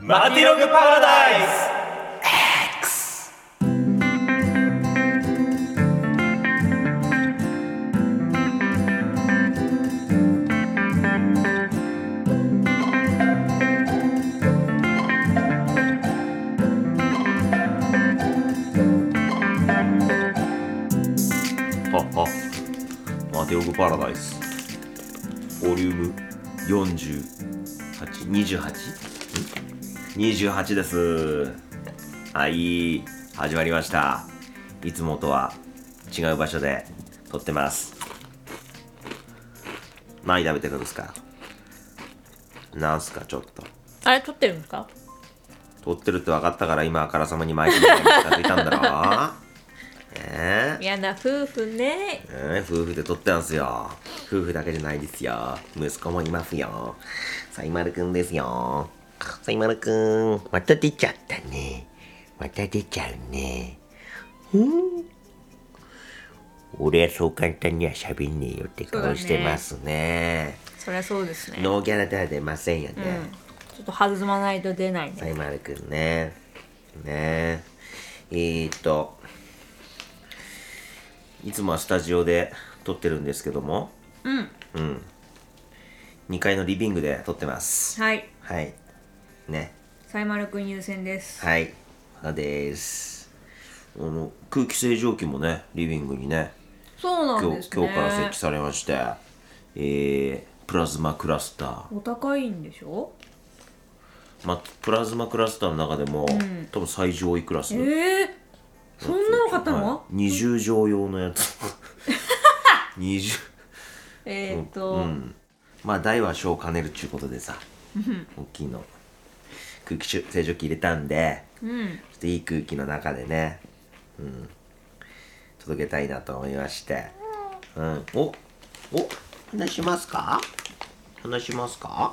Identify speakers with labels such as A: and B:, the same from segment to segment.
A: マティログパラダイ
B: ああマテオグパラダイスボリューム482828ですはい始まりましたいつもとは違う場所で撮ってます何食べてるんですかなんすかちょっと
C: あれ撮ってるんですか
B: 撮ってるって分かったから今あからさまにマイクに近づいたんだろ ええ
C: 嫌な夫婦ね
B: うん夫婦で撮ってたんすよ夫婦だけじゃないですよ息子もいますよサイマルくんですよサイマルくんまた出ちゃったねまた出ちゃうねうん俺はそう簡単には喋んねえよって顔してますね
C: そりゃそうですね
B: ノーギャラでは出ませんよね、
C: うんちょっと弾まないと出ない
B: サ
C: ね
B: イマルくんね。ねえ。えー、っと、いつもはスタジオで撮ってるんですけども、
C: うん
B: うん。2階のリビングで撮ってます。
C: はい
B: はい。ね。
C: サイマル君優先です
B: はい。はです。あの、空気清浄機もね、リビングにね、
C: そうなん
B: 今
C: で
B: 日
C: すね
B: 今日から設置されまして、えー、プラズマクラスター。
C: お高いんでしょ
B: まあ、プラズマクラスターの中でも、多分最上位クラス
C: えー、そんなの買ったの、
B: はい、20畳用のやつ20
C: えー、っと、
B: まあ大は小を兼ねるっちゅうことでさ大きいの空気清浄機入れたんで
C: うん
B: ちょっといい空気の中でね、うん、届けたいなと思いまして、うん、おお話しますか話しますか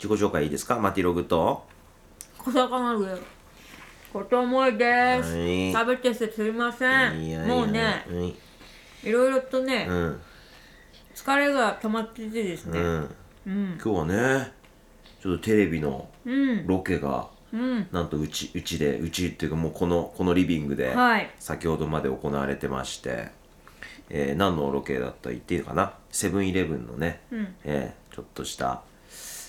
B: 自己紹介いいですかマティログと
C: 小魚具こともいです、
B: はい
C: 食べててすいません
B: いやいや
C: もうね
B: うん
C: いろいろとね、
B: うん、
C: 疲れが溜まっててです
B: う
C: ね
B: ん、今日はねちょっとテレビの
C: うん
B: ロケが、
C: うん
B: なんとうちうちでうちっていうかもうこのこのリビングで
C: はい
B: 先ほどまで行われてまして、えー何のロケだった言っていいのかなセブンイレブンのね、
C: うん
B: えーちょっとした、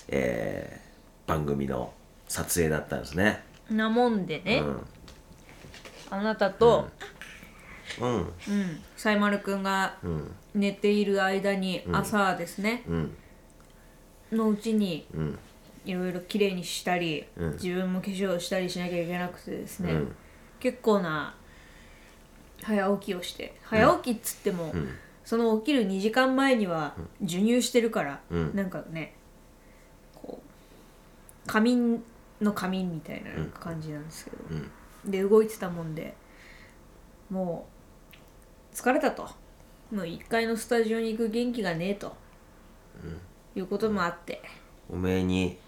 B: えー番組の撮影だったんですね
C: なもんでね、
B: うん
C: あなたと、
B: うん
C: うん、サイマルくんが
B: うん
C: 寝ている間に朝ですね、
B: うん
C: のうちに
B: うん
C: いろいろ綺麗にしたり、
B: うん
C: 自分も化粧をしたりしなきゃいけなくてですね、
B: うん
C: 結構な早起きをして早起きっつっても、
B: ん
C: その起きる2時間前には授乳してるから、
B: うん
C: なんかねこう仮眠の仮眠みたいな感じなんですけど、
B: ん
C: で動いてたもんでもう疲れたともう1階のスタジオに行く元気がねえと、いうこともあって
B: おめえに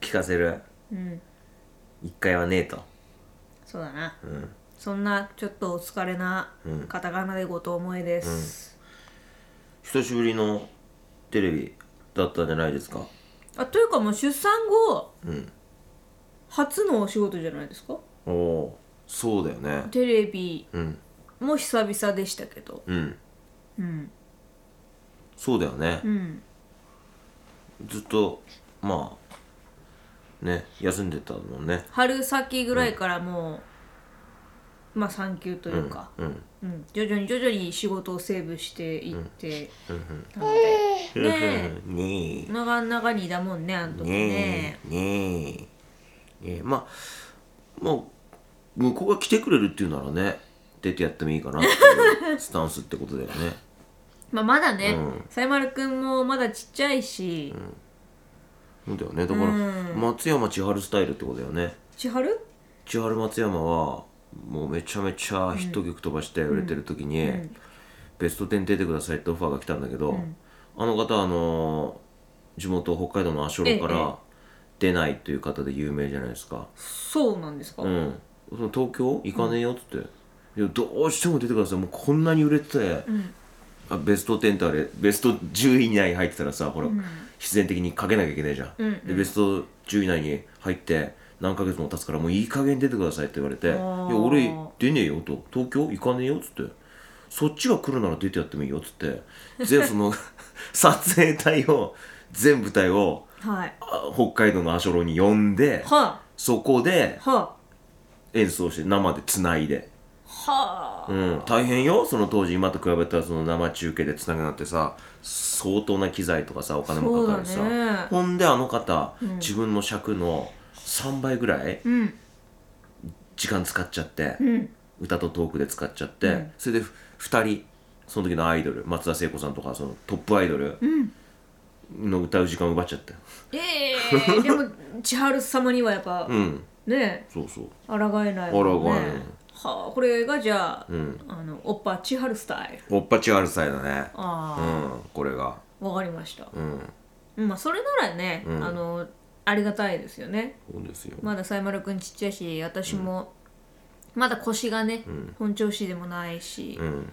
B: 聞かせる
C: うん
B: 一回はねえと
C: そうだな
B: うん
C: そんなちょっとお疲れな
B: うん
C: カタカナでごと思いです、
B: 久しぶりのテレビだったんじゃないですか
C: あというかもう出産後
B: うん
C: 初のお仕事じゃないですか
B: おおそうだよね
C: テレビ
B: うん
C: も久々でしたけど
B: うん
C: うん
B: そうだよね
C: う、ん
B: ずっとまあね休んでたもんね
C: 春先ぐらいからもう、まあ産休というか、
B: うん
C: うん、徐々に徐々に仕事をセーブしていってたので、ね
B: ね
C: え長の中にいたもんねあの
B: え
C: 時ね
B: えねえねえまあまあ向こうが来てくれるっていうならね出てやってもいいかなって いうスタンスってことだよね
C: まあ、まだね
B: うん
C: さいまるくんもまだちっちゃいし、
B: そうだよねだから
C: うん
B: 松山千春スタイルってことだよね
C: 千春
B: 千春松山はもうめちゃめちゃヒット曲飛ばして売れてる時に、ベスト10出てくださいってオファーが来たんだけど、あの方はあのー地元北海道の足寄か
C: え
B: ら出ないという方で有名じゃないですか、
C: そうなんですか、
B: うんその東京行かねえよっつって、いやどうしても出てくださいもうこんなに売れてて、あベスト10ってあれベスト10位以内に入ってたらさほら、
C: うん
B: 必然的にかけなきゃいけないじゃん、
C: うんうん
B: でベスト10位以内に入って何ヶ月も経つからもういい加減出てくださいって言われて「い
C: あ
B: や
C: ー
B: 俺出ねえよ」と「東京行かねえよ」っつって「そっちが来るなら出てやってもいいよ」っつって全部そ の撮影隊を全部隊を
C: はい
B: あ北海道の阿蘇路に呼んで
C: は
B: そこで
C: あは
B: 演奏して生でつないで。
C: あはあ、
B: うん、大変よその当時今と比べたらその生中継でつなぐなってさ相当な機材とかさお金もかかるしさ、
C: そうだね
B: ほんであの方、
C: うん
B: 自分の尺の3倍ぐらい
C: うん
B: 時間使っちゃって、
C: うん
B: 歌とトークで使っちゃって、
C: うん
B: それで2人その時のアイドル松田聖子さんとかそのトップアイドル
C: うん
B: の歌う時間奪っちゃって
C: ええでも 千春様にはやっぱ、
B: うん
C: ね
B: そうそう
C: 抗えないもん
B: 抗
C: ね
B: えない
C: はあこれがじゃあ、
B: うん
C: あのおっぱ千春スタイル
B: おっぱちがあるさいだねう
C: あ
B: んこれが
C: あわ、かりました、
B: うん
C: うん、まあそれならね、
B: うん
C: あのありがたいですよね
B: そうですよ、
C: まだ才丸くんちっちゃいし私も、まだ腰がね、
B: ん
C: 本調子でもないし、
B: うん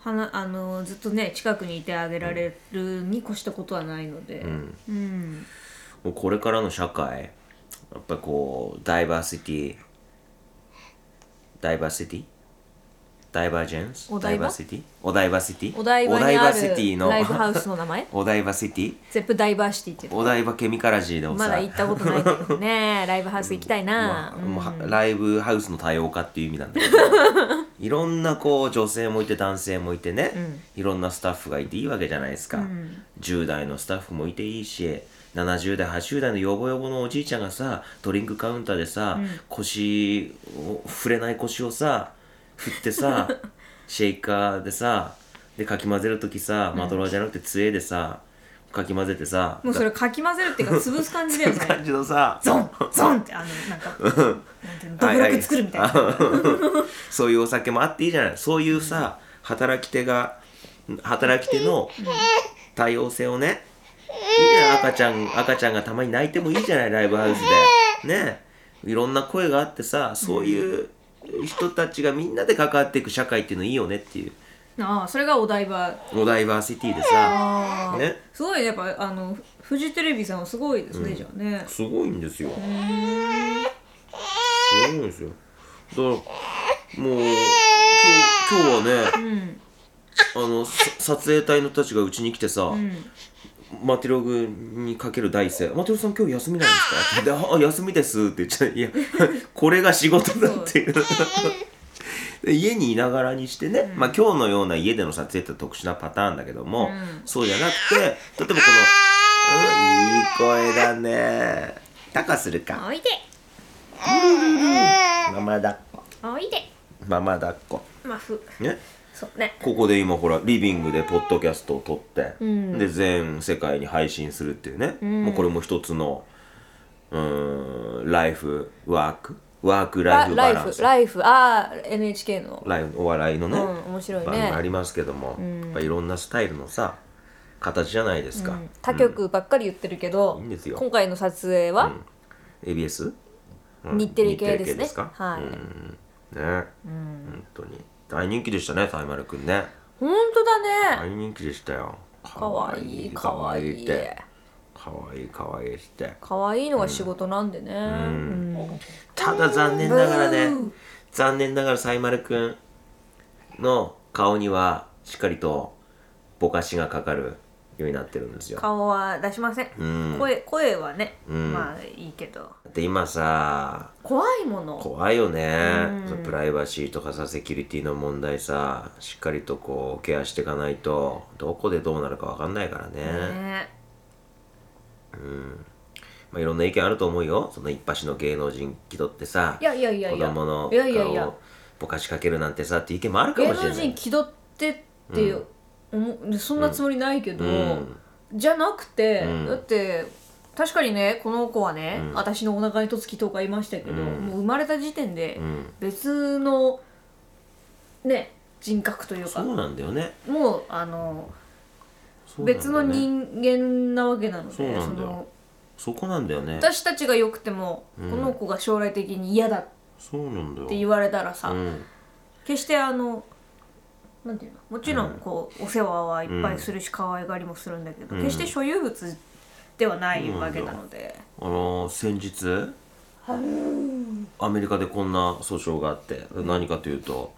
C: はなあのずっとね近くにいてあげられるに越したことはないので、
B: うん
C: うん
B: もうこれからの社会やっぱりこうダイバーシティダイバーシティダイバージェンス
C: お
B: ダイ
C: 台場
B: バーシティおダイバーシティ
C: お台場にあ
B: おシティ
C: る
B: の
C: ライブハウスの名前
B: お台場シティ
C: ゼップダイバーシティっていう
B: お台場ケミカラジーのさ
C: まだ行ったことないけ どねライブハウス行きたいな、
B: まあ
C: うん
B: まあライブハウスの多様化っていう意味なん だけどいろんなこう女性もいて男性もいてね、いろんなスタッフがいていいわけじゃないですか、10代のスタッフもいていいし70代80代のヨボヨボのおじいちゃんがさドリンクカウンターでさ、腰を触れない腰をさ振って さシェイカーでさでかき混ぜる時さマトロアじゃなくて杖でさかき混ぜてさ
C: もうそれかき混ぜるっていうか潰す感じだよね
B: 感じのさ
C: ゾンゾンってあのな んかなんていうの独力作るみたいな、
B: そういうお酒もあっていいじゃないそういうさ働き手が働き手の多様性をねいいじゃない赤ちゃん赤ちゃんがたまに泣いてもいいじゃないライブハウスでねいろんな声があってさそういう人たちがみんなで関わっていく社会っていうのいいよねっていう
C: ああそれがお台場
B: おダイバーシティでさ
C: ああ、
B: ね
C: すごいねやっぱあのフジテレビさんはすごいですね、じゃあね
B: すごいんですよすごいんですよだからもう今日今日はね
C: うん
B: あのさ撮影隊の人たちがうちに来てさ、
C: うん
B: マテログにかける第一声「マテログさん今日休みなんですか?」って言って「あ休みです」って言っちゃういや これが仕事だっていう。で 家にいながらにしてね、まあ、今日のような家での撮影って特殊なパターンだけども、
C: うん
B: そうじゃなくて 例えばこの、うん、いい声だねタカするか
C: おいで
B: ママ抱っこ
C: おいで
B: ママ抱っこ
C: まあふ
B: ね
C: そうね
B: ここで今ほらリビングでポッドキャストを撮って、
C: うん
B: で全世界に配信するっていうね、
C: ん
B: もうこれも一つのうーんライフワークワークライフバ
C: ライ
B: ラン
C: フ
B: ス
C: ライフああ NHK の
B: ライフお笑いのね、
C: うん面白いね
B: 番組ありますけども、やっぱいろんなスタイルのさ形じゃないですか、
C: うん他局ばっかり言ってるけど、
B: いいんですよ
C: 今回の撮影は、
B: ABS、
C: 日テレ系ですね
B: 日テレか
C: はい
B: うんね、本当に大人気でしたね大丸くんね
C: 本当だ
B: 大
C: ね
B: 人気でしたよ
C: かわいいか
B: か
C: わ
B: わ
C: い
B: い
C: い
B: いって可愛い可愛いして
C: かわいいのが仕事なんでね、うん
B: ただ残念ながらね
C: ブー
B: 残念ながらサイマルくんの顔にはしっかりとぼかしがかかるようになってるんですよ
C: 顔は出しません、
B: うん
C: 声声はね、
B: ん
C: まあいいけど
B: で今さ
C: 怖いもの
B: 怖いよね
C: うん
B: そのプライバシーとかさセキュリティの問題さしっかりとこうケアしていかないとどこでどうなるかわかんないからね
C: ね
B: まあ、いろんな意見あると思うよその一発の芸能人気取ってさ
C: いやいやいやいや
B: 子供の
C: いやいやいや
B: 顔をぼかしかけるなんてさって意見もあるか
C: 芸
B: もしれ
C: 能
B: ない
C: 人気取ってって思う、そんなつもりないけど、
B: うん
C: じゃなくて、
B: うん
C: だって確かにねこの子はね、
B: うん
C: 私のお腹に十月10日いましたけど、
B: うん
C: もう生まれた時点で、
B: うん
C: 別のね人格というか
B: そうなんだよね
C: もうあの、
B: そうなんだ
C: 別
B: よ
C: の
B: ね
C: 人間なわけなので
B: そうなんだよ
C: の
B: そこなんだよね
C: 私たちが良くても、この子が将来的に嫌だっ
B: そうなんだよ
C: て言われたらさ、
B: うん
C: 決してあのなんていうのもちろんこう、お世話はいっぱいするし可愛がりもするんだけど、決して所有物ではないわけなので、
B: あのー先日アメリカでこんな訴訟があって何かというと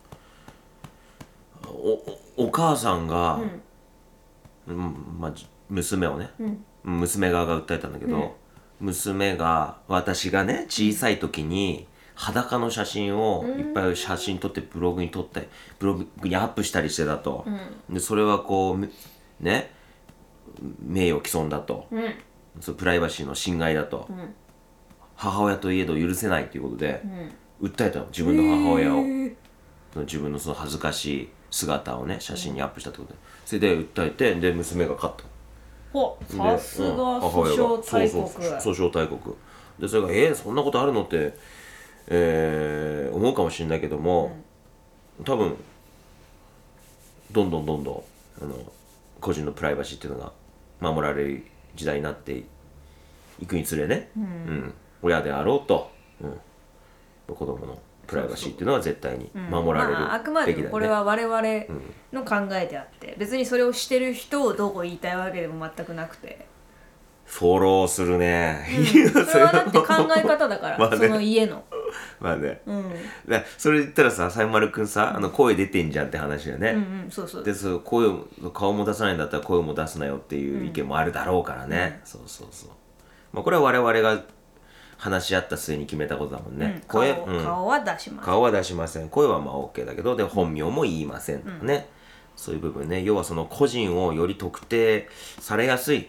B: おおお母さんが、うんまあ、じ娘をね、娘側が訴えたんだけど、娘が私がね小さい時に裸の写真をいっぱい写真撮ってブログに撮ってブログにアップしたりしてたと、でそれはこうむね名誉毀損だと、
C: ん
B: そうプライバシーの侵害だと、
C: ん
B: 母親といえど許せないということで、訴えたの自分の母親を、
C: へ
B: その自分のその恥ずかしい姿をね写真にアップしたってことでそれで訴えてで娘が勝った
C: ーお
B: で
C: さすが
B: うん母
C: 訴
B: 親
C: 訟大国
B: そうそうそう訴訟大国でそれがえー、そんなことあるのって、えー思うかもしれないけども、多分どんどんどんどんあの個人のプライバシーっていうのが守られる時代になっていくにつれね、うん親であろうと、うん、子供のプライバシーっていうのは絶対に守られるべきだよね、
C: まあ、あくまでもこれは我々の考えであって、別にそれをしてる人をどうこう言いたいわけでも全くなくて、
B: フォローするね、
C: それはだって考え方だから、
B: まあね
C: その家の、
B: まあね
C: うん、うん
B: だそれ言ったらささゆまるくんさあの声出てんじゃんって話だよね、
C: うんそうそう
B: でそう声を顔も出さないんだったら声も出すなよっていう意見もあるだろうからね、そうそうそうまあこれは我々が話し合った末に決めたことだもんね、
C: うん顔
B: 声うん、
C: 顔は出します
B: 顔は出しません声はまあ OK だけどで本名も言いませんとかね、そういう部分ね要はその個人をより特定されやすい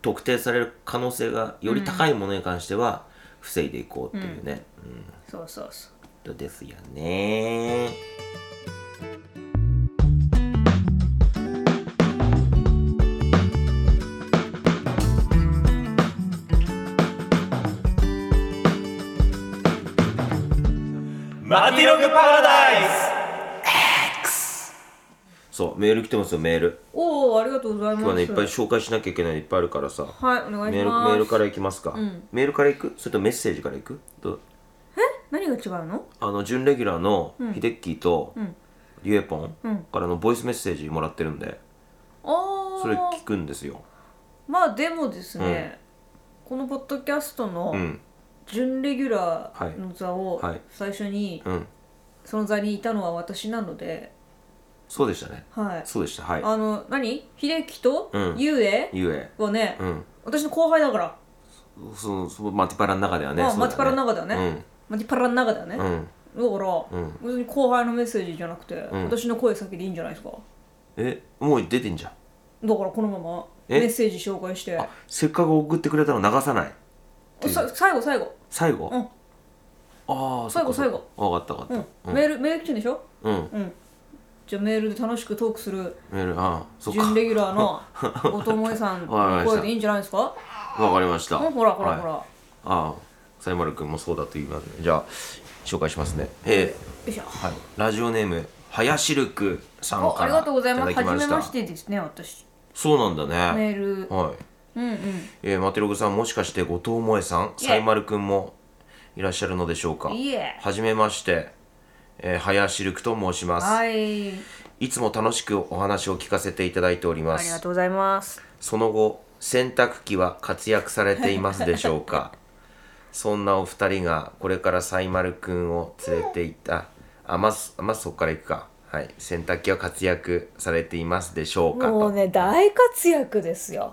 B: 特定される可能性がより高いものに関しては防いでいこうっていうね、うん
C: そうそうそう
B: ことですよね。マティログパラダイスそうメール来てますよメール
C: おおありがとうございます
B: 今日はねいっぱい紹介しなきゃいけないのいっぱいあるからさ
C: はいお願い
B: メー
C: し
B: ルメ
C: ます
B: ールからいきますか、メールからいくそれとメッセージからいくどう
C: 何が違うの
B: あの準レギュラーのヒデッキーとリュエポンからのボイスメッセージもらってるんで
C: あ
B: それ
C: あ
B: 聞くんですよ
C: まあでもですね、このポッドキャストの
B: うん
C: 準レギュラーの座を
B: はいはい
C: 最初に
B: うん
C: その座にいたのは私なので
B: そうでしたね
C: はい
B: そうでしたはい
C: あの何秀樹と
B: うん
C: ゆうえ
B: ゆえ
C: はね、
B: うん
C: 私の後輩だから、
B: そのそのマティパラの中ではね
C: まあ
B: そうだ
C: マティパラの中ではね、
B: うん
C: マティパラの中ではね、
B: う
C: だか
B: ん
C: ら、
B: うん
C: 別に後輩のメッセージじゃなくて、
B: ん
C: 私の声先でいいんじゃないですかだ
B: えもう出てんじゃん
C: からこのまま
B: え
C: メッセージ紹介して
B: あせっかく送ってくれたの流さない
C: さ最後最後、
B: 最後
C: うん
B: ああ
C: 最後最後
B: 分かった分
C: う
B: か
C: ん
B: った
C: メールメール来てんでしょ
B: うんうん
C: うんじゃあメールで楽しくトークする
B: メールああそっか
C: 準レギュラーの後藤萌 さんの声でいいんじゃないですか
B: わかりました
C: うんほらほらほら、
B: はいああさゆまるくんもそうだと言いますねじゃあ紹介しますねえー
C: よいしょ
B: はい、ラジオネーム林ルクさん
C: お
B: か
C: あり
B: ら
C: がとうございます
B: ただ
C: は
B: き
C: じめま
B: ま
C: し
B: した
C: てですね私
B: そうなんだね
C: メール
B: はい
C: うんうん
B: えー、マテログさんもしかして後藤萌さん
C: いえ
B: サイマルくんもいらっしゃるのでしょうか
C: いえ
B: はじめまして、えー、林ルクと申します
C: はい
B: いつも楽しくお話を聞かせていただいておりま
C: ありが
B: す
C: とうございます
B: その後洗濯機は活躍されていますでしょう かそんなお二人がこれからサイマルくんを連れていったあまずまずそこからいくかはい洗濯機は活躍されていますでしょうか
A: も
B: と
A: うね大活躍ですよ、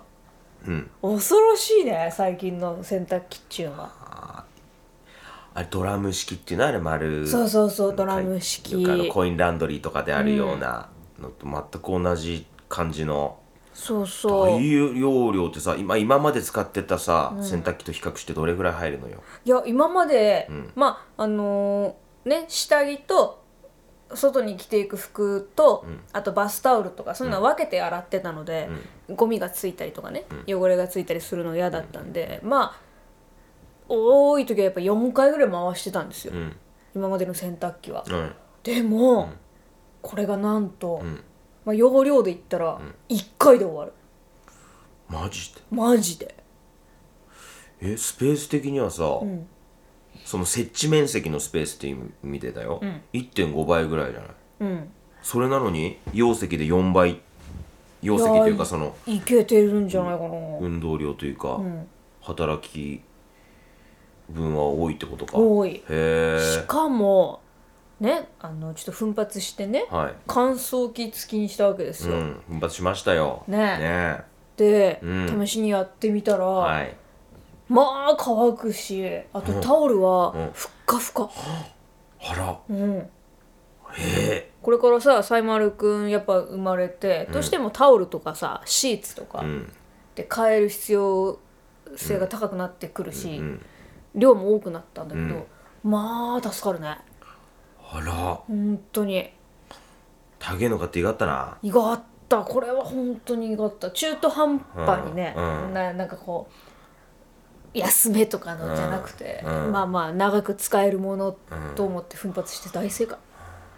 B: ん
A: 恐ろしいね最近の洗濯機っちゅうのは
B: あれドラム式っていうのあれ丸
A: そうそうそうドラム式
B: よくあのコインランドリーとかであるようなのと全く同じ感じの
A: そうそう
B: 大容量ってさ今今まで使ってたさ、洗濯機と比較してどれぐらい入るのよ
A: いや今まで、まああのーね下着と外に着ていく服と、あとバスタオルとかそういうのは分けて洗ってたので、ゴミがついたりとかね、汚れがついたりするの嫌だったんで、まあ多い時はやっぱ4回ぐらい回してたんですよ、
B: ん
A: 今までの洗濯機は。
B: うん
A: でも、これがなんと、
B: ん
A: まあ、容量で言ったら1回で終わる
B: マジで
A: マジで
B: えスペース的にはさ、その設置面積のスペースっていう意味でだよ、1.5倍ぐらいじゃない
A: うん
B: それなのに容積で4倍容積というかその
A: いけてるんじゃないかな、
B: 運動量というか、
A: ん
B: 働き分は多いってことか
A: 多い
B: へ
A: し
B: え
A: かもねあのちょっと奮発してね
B: はい
A: 乾燥機付きにしたわけです
B: う
A: よ、
B: ん奮発しましたよ
A: ね
B: ね
A: で、
B: うん
A: 試しにやってみたら、
B: はい
A: まあ乾くしあとタオル
B: う
A: は
B: ん
A: ふっかふか、
B: あら
A: うん、
B: へ
A: これからさサイマルくんやっぱ生まれて、どうしてもタオルとかさシーツとか
B: えうん
A: で変える必要性が高くなってくるし、
B: うん
A: 量も多くなったんだけど、まあ助かるね
B: あら
A: 本当に
B: 高えの買っていがったな
A: 意外だったこれは本当に意外だった中途半端にね、
B: うんうん
A: ななんかこう安めとかのじゃなくて、
B: うんうん
A: まあまあ長く使えるもの
B: うん
A: と思って奮発して大正解、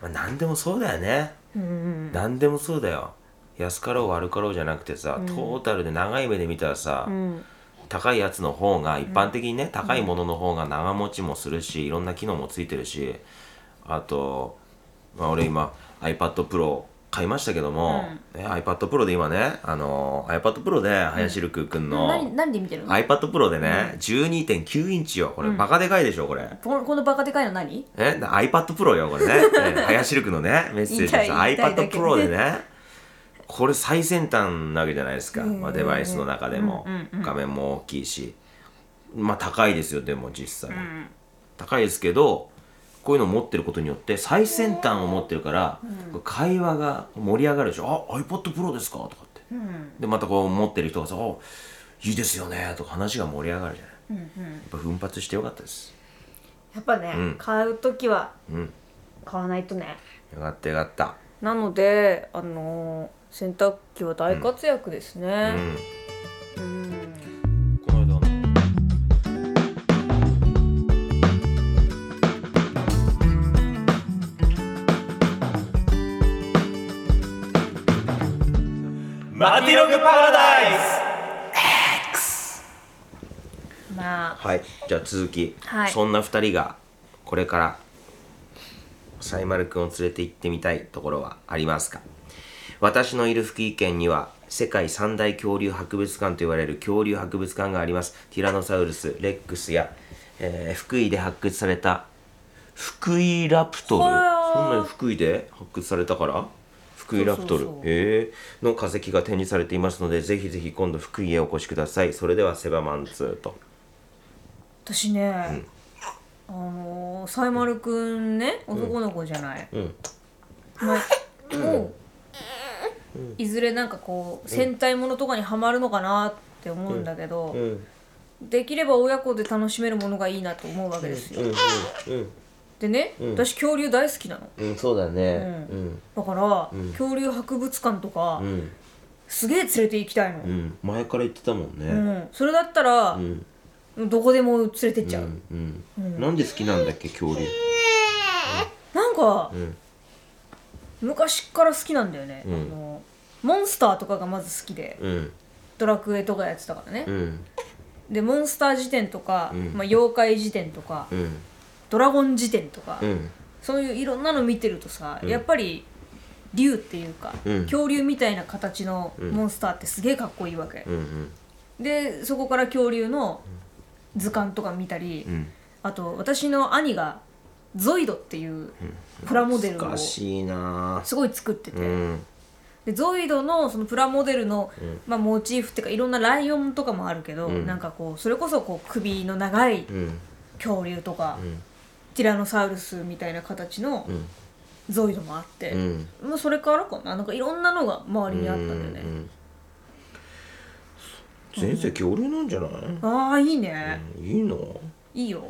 B: まあ何でもそうだよね
A: うんうん
B: 何でもそうだよ安かろう悪かろうじゃなくてさ、トータルで長い目で見たらさ、
A: うん
B: 高いやつの方が一般的にね、高いものの方が長持ちもするしいろんな機能もついてるしあと、まあ、俺今 iPadPro 買いましたけども、ね、iPadPro で今ね、あの iPadPro で林瑠久くんの
A: 何何で見てるの
B: iPadPro でね、12.9インチよこれバカでかいでしょこれ。
C: ここのバカでかいの何
B: え iPad Pro よこ れねね林ルクのねメッセージです
C: 痛い痛いだけ
B: iPad Pro でねこれ最先端なわけじゃないですか、まあ、デバイスの中でも画面も大きいしまあ高いですよでも実際、高いですけどこういうのを持ってることによって最先端を持ってるから、会話が盛り上がるでしょ「あ iPad Pro ですか?」とかって、でまたこう持ってる人がさ「あいいですよね」とか話が盛り上がるじゃない、やっぱ奮発してよかったです
A: やっぱね、
B: うん
A: 買う時は
B: うん
A: 買わないとね
B: よかったよかった
A: なのであのー洗濯機は大活躍です
B: う
A: ね、
B: ん
A: うん
B: この間のマーティログパラダイ
C: まあ
B: スはいじゃあ続き、
C: はい
B: そんな二人がこれからサイマルくんを連れて行ってみたいところはありますか私のいる福井県には世界三大恐竜博物館と言われる恐竜博物館がありますティラノサウルスレックスや、えー福井で発掘された福井ラプトルそんなに福井で発掘されたから福井ラプトルえーの化石が展示されていますのでぜひぜひ今度福井へお越しくださいそれではセバマンツーと
C: 私ね、あのー、サイマルくんね男の子じゃない、
B: うん
C: まあもういずれなんかこう戦隊ものとかにはまるのかなって思うんだけど、
B: うん
C: できれば親子で楽しめるものがいいなと思うわけですよ、
B: うんうん
C: でね、私恐竜大好きなの
B: うんそうだねうん
C: だから、恐竜博物館とか、
B: うん
C: すげえ連れて行きたいの、
B: うん前から言ってたもん
C: う
B: ね
C: んそれだったら、
B: ん
C: どこでも連れてっちゃう、
B: うんなんで好きなんだっけ恐竜
C: なんか、
B: ん
C: 昔から好きなんだよね、
B: うん
C: あのモンスターとかがまず好きで
B: うん
C: ドラクエとかやってたからね
B: う、ん
C: でモンスター辞典とか、
B: ん
C: まあ、妖怪辞典とか、
B: うん
C: ドラゴン辞典とか、
B: うん
C: そういういろんなの見てるとさ、やっぱり竜っていうか、
B: うん
C: 恐竜みたいな形のモンスターってすげえかっこいいわけ、
B: うん
C: でそこから恐竜の図鑑とか見たり、
B: うん
C: あと私の兄がゾイドっていうプラモデルを
B: 難
C: す
B: しいな
C: ごい作ってて、
B: うん
C: でゾイドのそのプラモデルの、まあ、モチーフっていうかいろんなライオンとかもあるけど、
B: ん
C: なんかこうそれこそこう首の長い
B: うん
C: 恐竜とか、
B: ん
C: ティラノサウルスみたいな形の
B: ん
C: ゾイドもあって、
B: うん
C: まあ、それからかななんかいろんなのが周りにあったんだよね、
B: うん先生恐竜なんじゃない、
C: ああいいね、
B: いいの
C: いいよ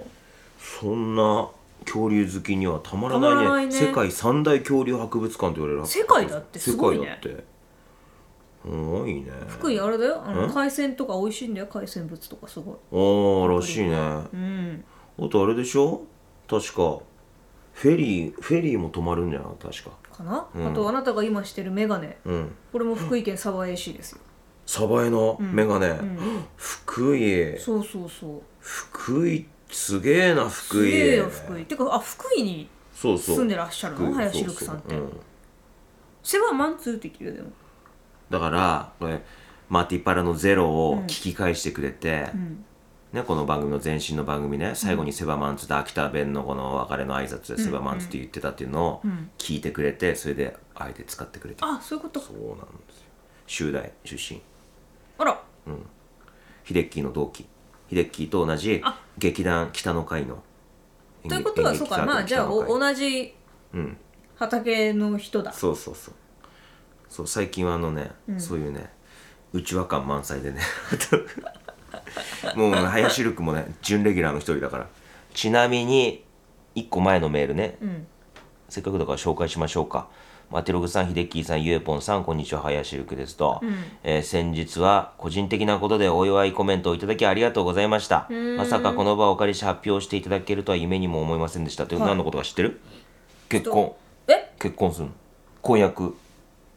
B: そんな恐竜好きにはたまらないね
C: たまらないね
B: 世界三大恐竜博物館と言われる
C: 世界だってすごい
B: 世
C: ね
B: 界だってうんいいね
C: 福井あれだよあの
B: ん
C: 海鮮とか美味しいんだよ海鮮物とかすごい
B: ああらしいね
C: うん
B: あとあれでしょ確かフェリーフェリーも止まるんじゃない確か
C: かな、あとあなたが今してるメガネ
B: うん
C: これも福井県鯖江市ですよ
B: サバエのメガネ、福井
C: そうそうそう
B: 福井すげえな福
C: す
B: 井
C: げえよ福井てかあ福井に
B: そうそう
C: 住んでらっしゃるの
B: 福井
C: 林
B: そう
C: 六さんって
B: そううん
C: セバマンツーって言ってるよでも
B: だからこれマティパラの「ゼロ」を聞き返してくれて、
C: ん
B: ね、この番組の前身の番組ね最後にセバマンツで秋田弁のこの別れの挨拶でセバマンツって言ってたっていうのを聞いてくれてそれであえて使ってくれた、
C: あそういうこと
B: そうなんですよ修大出身
C: あら
B: ヒデッキーの同期ヒデッキーと同じ劇団北の会の
C: ということは
B: 演
C: そう
B: 劇
C: かまあじゃあお
B: 北の会
C: 同じ
B: うん
C: 畑の人だ
B: そうそうそうそう最近はあのね、そういうね内輪感満載でね もう林ルクもね準レギュラーの一人だからちなみに1個前のメールね、
C: ん
B: せっかくだから紹介しましょうかマテログさん、ヒデッキーさん、ゆえぽんさん、こんにちは、林ルクですと、えー先日は個人的なことでお祝いコメントをいただきありがとうございました。まさかこの場をお借りして発表していただけるとは夢にも思いませんでした。という、何のことか知ってる結婚。
A: え
B: 結婚するの婚約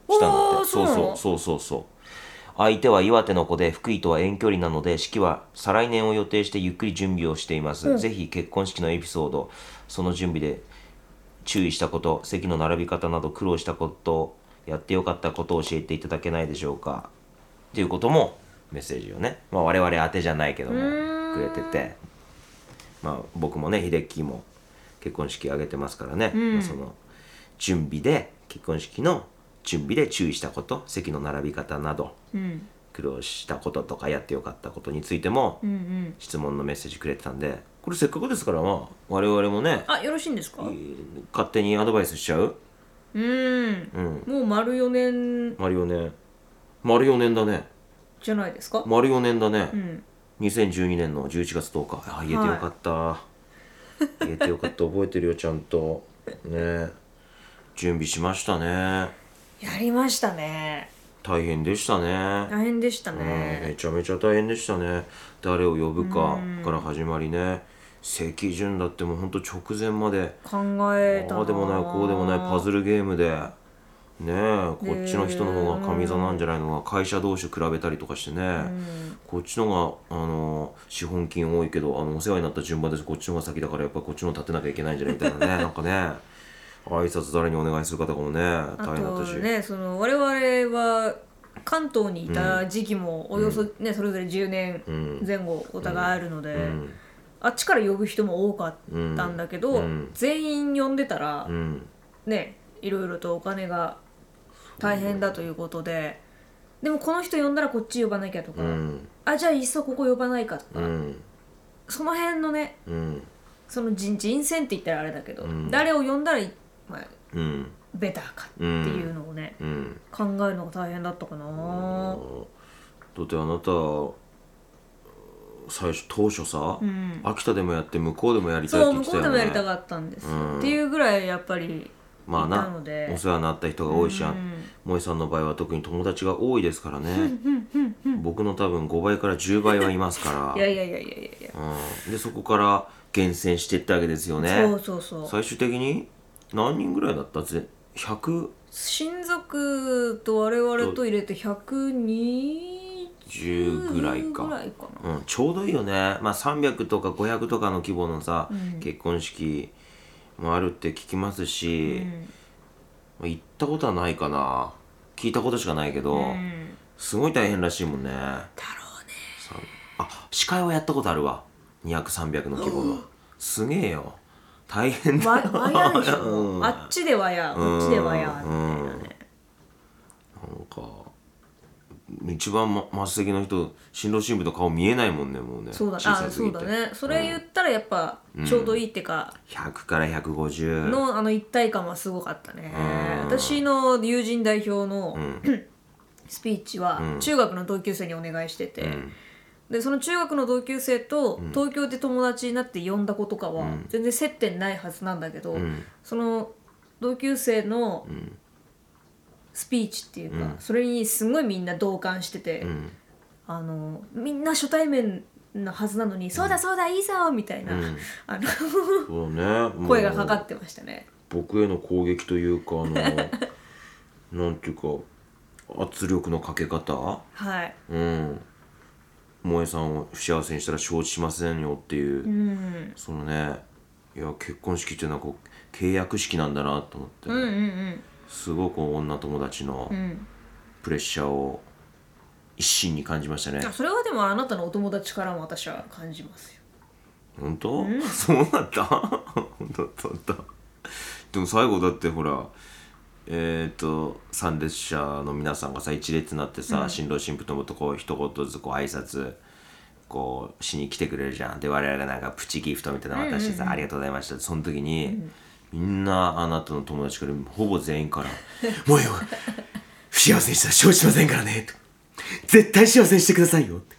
B: したんだ
A: お
B: っ
A: ー
B: てそう
A: そうな
B: そう
A: の
B: そうそうそう相手は岩手の子で福井とは遠距離なので式は再来年を予定してゆっくり準備をしています、ぜひ結婚式のエピソードその準備で注意したこと席の並び方など苦労したことやってよかったことを教えていただけないでしょうかっていうこともメッセージをね、まあ、我々宛てじゃないけどもくれててまあ僕もね秀樹も結婚式挙げてますからね、まあその準備で結婚式の準備で注意したこと席の並び方など
C: うん
B: 苦労したこととかやってよかったことについても
C: うんうん
B: 質問のメッセージくれてたんでこれせっかくですからまあ我々もね
C: あよろしいんですか
B: 勝手にアドバイスしちゃう
C: うん
B: うん
C: もう丸4年
B: 丸4年丸4年だね
C: じゃないですか
B: 丸4年だね、
C: うん
B: 2012年の11月10日あ言えてよかった、言えてよかった覚えてるよちゃんとね準備しましたね
C: やりましたね
B: 大変でしたね、
C: 大変でした
B: うん、
C: ね
B: めちゃめちゃ大変でしたね誰を呼ぶかから始まりね席順だってもうほんと直前まで
C: 考えた
B: ああでもないこうでもないパズルゲームでねえこっちの人の方が上座なんじゃないのが会社同士比べたりとかしてね、こっちのがあの資本金多いけどあのお世話になった順番ですこっちの方が先だからやっぱこっちの方立てなきゃいけないんじゃないみたいな ねなんかね挨拶誰にお願いするかとかもね
C: あ
B: 大変だった
C: と
B: し、
C: ねその我々は関東にいた時期もおよそ、ねそれぞれ10年
B: うん
C: 前後お互いあるので、
B: うん
C: あっちから呼ぶ人も多かったんだけど、
B: うんうん
C: 全員呼んでたら、
B: うん
C: ねいろいろとお金が大変だということででもこの人呼んだらこっち呼ばなきゃとか、
B: うん
C: あじゃあいっそここ呼ばないかとか、
B: うん
C: その辺のね
B: うん
C: その人人選って言ったらあれだけど、
B: うん
C: 誰を呼んだら、まあ、
B: うん
C: ベターかって
B: うん
C: いうのをね、
B: うん
C: 考えるのが大変だったかな、
B: だってあなた最初当初さ、
C: ん
B: 秋田でもやって向こうでもやりたいって
C: そう
B: 言って
C: 向こ
B: た
C: うで
B: よ
C: もやりた
B: ね
C: かったんですよ、
B: うん
C: っていうぐらいやっぱり
B: まあ
C: いたので
B: なお世話になった人が多いし、あ萌さんの場合は特に友達が多いですからね僕の多分5倍から10倍はいますか
C: い
B: ら
C: やいやいやいやいやいや、
B: うん、でそこから厳選していったわけですよね
C: そうそうそう
B: 最終的に何人ぐらいだったぜ110
C: 親族と我々と入れて120
B: ぐらいか
C: ぐらいかな
B: うん、ちょうどいいよね、まあ、300とか500とかの規模のさ、結婚式もあるって聞きますし、まあ行ったことはないかな聞いたことしかないけど、すごい大変らしいもんねだろうねあ司会はやったことあるわ200300の規模のすげえよ大変だ
C: わわやでしょ、あっちでわやこっちでわやみたいなね、
B: なんか一番ま末席の人新郎新婦の顔見えないもんねもうね
C: そうだ
B: 小
C: あ
B: さす
C: そ
B: ぎ
C: う
B: て
C: だねそれ言ったらやっぱちょうどいいってか、
B: 100から150
C: のあの一体感はすごかったね
B: うん
C: 私の友人代表の スピーチは
B: ん
C: 中学の同級生にお願いしてて、
B: ん
C: でその中学の同級生と東京で友達になって呼んだ子とかは全然接点ないはずなんだけど、
B: ん
C: その同級生のスピーチっていうか、それにすごいみんな同感してて、
B: うん
C: あのみんな初対面なはずなのに「そうだそうだいいぞ!」みたいな、
B: ん
C: あの
B: そうだね
C: 声がかか
B: もう
C: ってましたね。
B: 僕への攻撃というかあのなんていうか圧力のかけ方
C: はい
B: うん萌えさんを不幸せにしたら承知しませんよっていう、
C: うん
B: そのねいや結婚式っていうのはこう契約式なんだなと思って、
C: うんうんうん
B: すごく女友達の
C: うん
B: プレッシャーを一身に感じましたね
C: あそれはでもあなたのお友達からも私は感じますよ
B: 本当、 そうだった本当だったでも最後だってほらえっ、と参列者の皆さんがさ一列になってさ、新郎新婦ともとこう一言ずつこう挨拶こうしに来てくれるじゃんで我々がなんかプチギフトみたいなの渡してさ、ありがとうございましたってその時に、みんなあなたの友達からほぼ全員から「もうよ不幸せにしたら承知しませんからね」と「絶対幸せにしてくださいよ」って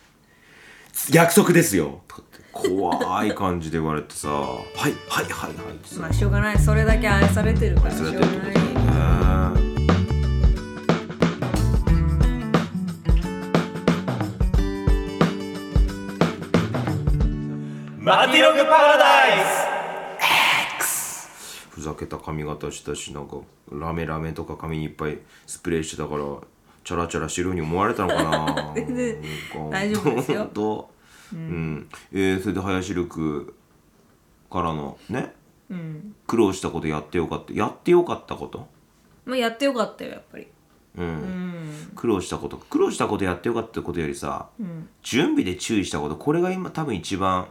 B: 約束ですよ」とかって怖い感じで言われてさ「はいはいはいはい」ってさ
C: まあしょうがないそれだけ愛されてるからしょ
B: そうれ
C: が
B: だってことだよ
C: ない
B: ね。マティログパラダイス X ふざけた髪型したしなんかラメラメとか髪にいっぱいスプレーしてたからチャラチャラしてるように思われたのか なな
C: 然
B: んか
C: 大丈夫ですよ
B: 本当うん、えーそれで林緑からのね、苦労したことやってよかったやってよかったこと、
C: まあやってよかったよやっぱり
B: うん苦労したこと苦労したことやってよかったことよりさ、準備で注意したことこれが今多分一番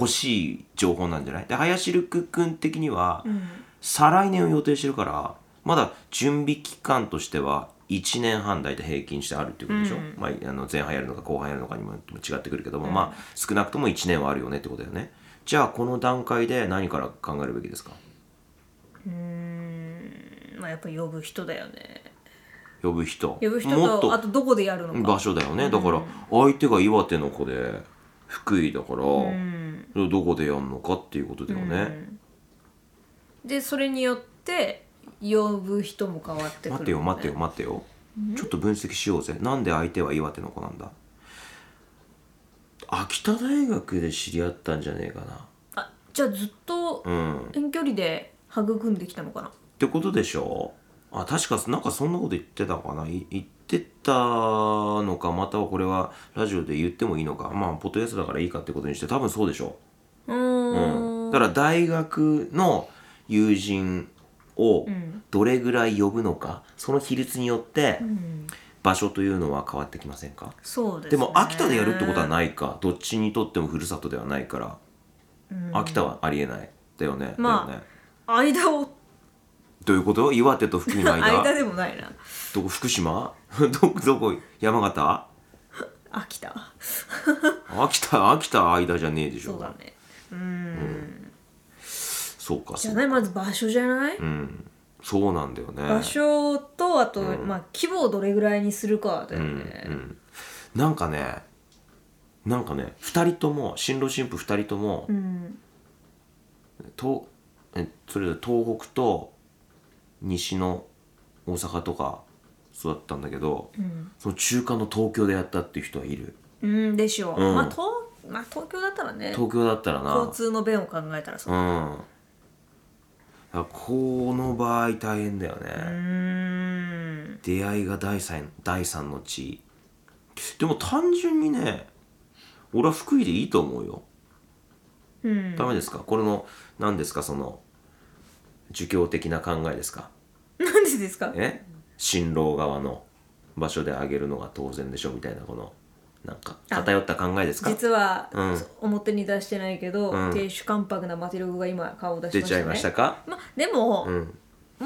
B: 欲しい情報なんじゃないで林ルク君的には、再来年を予定してるからまだ準備期間としては1年半大体平均してあるっていうことでしょ、まあ、あの前半やるのか後半やるのかにも違ってくるけども、まあ少なくとも1年はあるよねってことだよねじゃあこの段階で何から考えるべきですか
C: まあやっぱ呼ぶ人だよね
B: 呼ぶ人
C: 呼ぶ人
B: もっ
C: とあとどこでやるのか
B: 場所だよねだから相手が岩手の子で福井だから、それどこでやるのかっていうことだよね、
C: でそれによって呼ぶ人も変わってくる、
B: 待てよ待てよ待てよちょっと分析しようぜなんで相手は岩手の子なんだ秋田大学で知り合ったんじゃねえかな
C: あじゃあずっと
B: うんっ
C: 遠距離で育んできたのかな、
B: てことでしょあ確かなんかそんなこと言ってたのかない言ってたのかまたはこれはラジオで言ってもいいのかまあポッドキャストだからいいかってことにして多分そうでしょ
C: うーん
B: うんだから大学の友人をどれぐらい呼ぶのか、その比率によって場所というのは変わってきませんか、
C: そうです、
B: で
C: ね、
B: も秋田でやるってことはないかどっちにとってもふるさとではないから、秋田はありえないだよね,、
C: まあ
B: だよね
C: 間を
B: どういうこと岩手と福井の間
C: 間でもないな
B: どこ福島 どどこ山形
C: 秋田
B: 秋田秋田間じゃねえでしょ
C: そうだね
B: そうか
C: じ
B: そ
C: ゃ
B: う,、
C: ないまず場所じゃない、
B: うん、そうなんだよね
C: 場所とあと、まあ規模をどれぐらいにするかだよね、
B: なんかねなんかね2人とも新郎新婦2人とも、とえそれぞれ東北と西の大阪とかそうだったんだけど、その中間の東京でやったっていう人はいる
C: うんでしょう、
B: うん
C: まあ東まあ東京だったらね
B: 東京だったらな
C: 交通の便を考えたらそう
B: うんだからこの場合大変だよね、
C: うん
B: 出会いが第三第三の地でも単純にね俺は福井でいいと思うよ
C: うん
B: ダメですかこれの何ですかその儒教的な考えですか
C: なんでですか
B: え新郎側の場所であげるのが当然でしょみたいなこのなんか偏った考えですか
C: 実は、
B: うん
C: そ表に出してないけど、
B: うん
C: 亭主関白なマテログが今顔を出し
B: 出
C: ました
B: ち
C: ね
B: ゃいましたか
C: まあでも
B: う、ん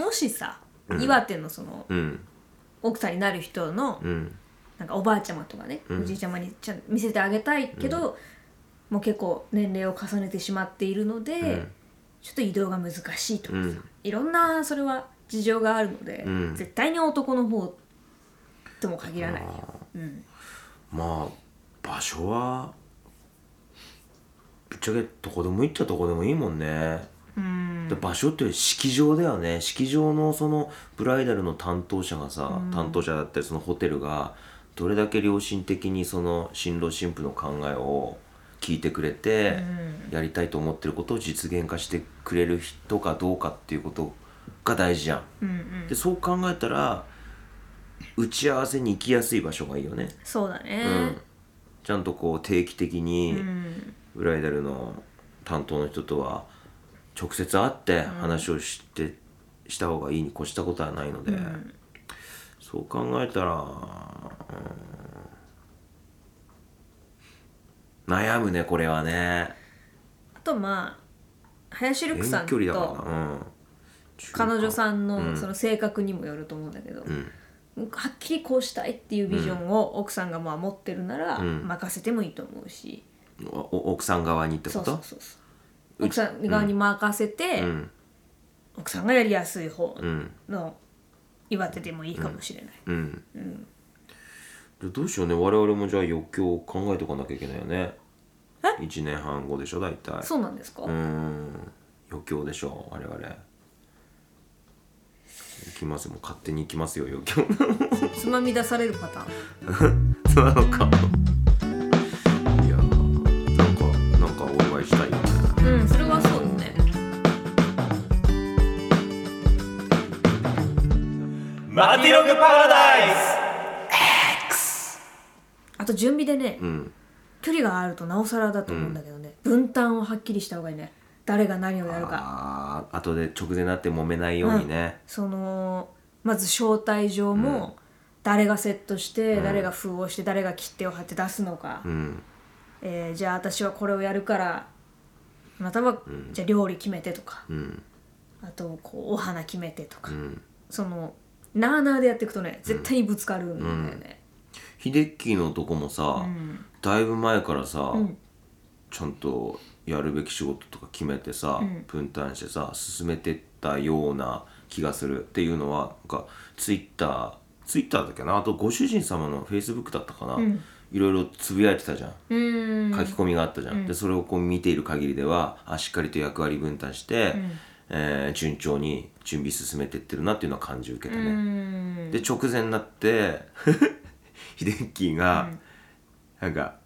C: もしさ岩手のその
B: うん
C: 奥さんになる人の
B: うん
C: なんかおばあちゃまとかね、おじいちゃまにちゃん見せてあげたいけど、もう結構年齢を重ねてしまっているので、ちょっと移動が難しいとかさ、
B: うん
C: いろんなそれは事情があるので、
B: ん
C: 絶対に男の方とも限らないよ、
B: まあ場所はぶっちゃけどこでも行っちゃどこでもいいもんねで場所っていうより式場だよね式場のそのブライダルの担当者がさ、担当者だったりそのホテルがどれだけ良心的にその新郎新婦の考えを聞いてくれて、やりたいと思ってることを実現化してくれる人かどうかっていうことが大事じゃん。でそう考えたら打ち合わせに行きやすい場所がいいよね。
C: そうだね、
B: うんちゃんとこう定期的にブライダルの担当の人とは直接会って話をしてした方がいいに越したことはないので、
C: うん
B: そう考えたら、うん悩むねこれはね
C: あとまあ林ルク
B: 遠
C: さん
B: 距離だから
C: と
B: な、うん、
C: 彼女
B: ん
C: さん
B: う
C: の
B: ん
C: その性格にもよると思うんだけど、
B: うん
C: はっきりこうしたいっていうビジョンを奥さんがまあ持ってるなら
B: うん
C: 任せてもいいと思うし、
B: おお奥さん側にってこ
C: そう
B: と
C: そうそうそう奥さん側に任せて、
B: うん
C: 奥さんがやりやすい方
B: うん
C: の岩手でもいいかもしれない、
B: うん、でどうしようね我々もじゃあ余興を考えとかなきゃいけないよね1年半後でしょ大体
C: そうなんですか、
B: うーん余興でしょ我々行きますよもう勝手に行きますよ余興
C: つまみ出されるパターン
B: そうなのかいやーなんかなんかお祝いしたいよね
C: うん、それはそうですね。
B: マティログパラダイ
C: あと準備でね、
B: うん
C: 距離があるとなおさらだと思うんだけどね、分担をはっきりした方がいいね。誰が何をやるか。
B: ああ後で直前になって揉めないようにね、
C: そのまず招待状も誰がセットして、誰が封をして誰が切手を貼って出すのか。
B: うん
C: えーじゃあ私はこれをやるから、または、じゃあ料理決めてとか、
B: うん
C: あとこうお花決めてとか、
B: うん
C: そのなあなあでやっていくとね、絶対にぶつかるんだよね。
B: ヒデッキーのとこもさ、
C: ん
B: だいぶ前からさ、ちゃんとやるべき仕事とか決めてさ、分担してさ進めてったような気がするっていうのはなんかツイッターツイッターだっけなあとご主人様のフェイスブックだったかな、いろいろつぶやいてたじゃん、
C: うーん、
B: 書き込みがあったじゃん、でそれをこう見ている限りではあしっかりと役割分担して、えー順調に準備進めてってるなっていうのは感じ受けたね、で直前になって 秀樹が、なんか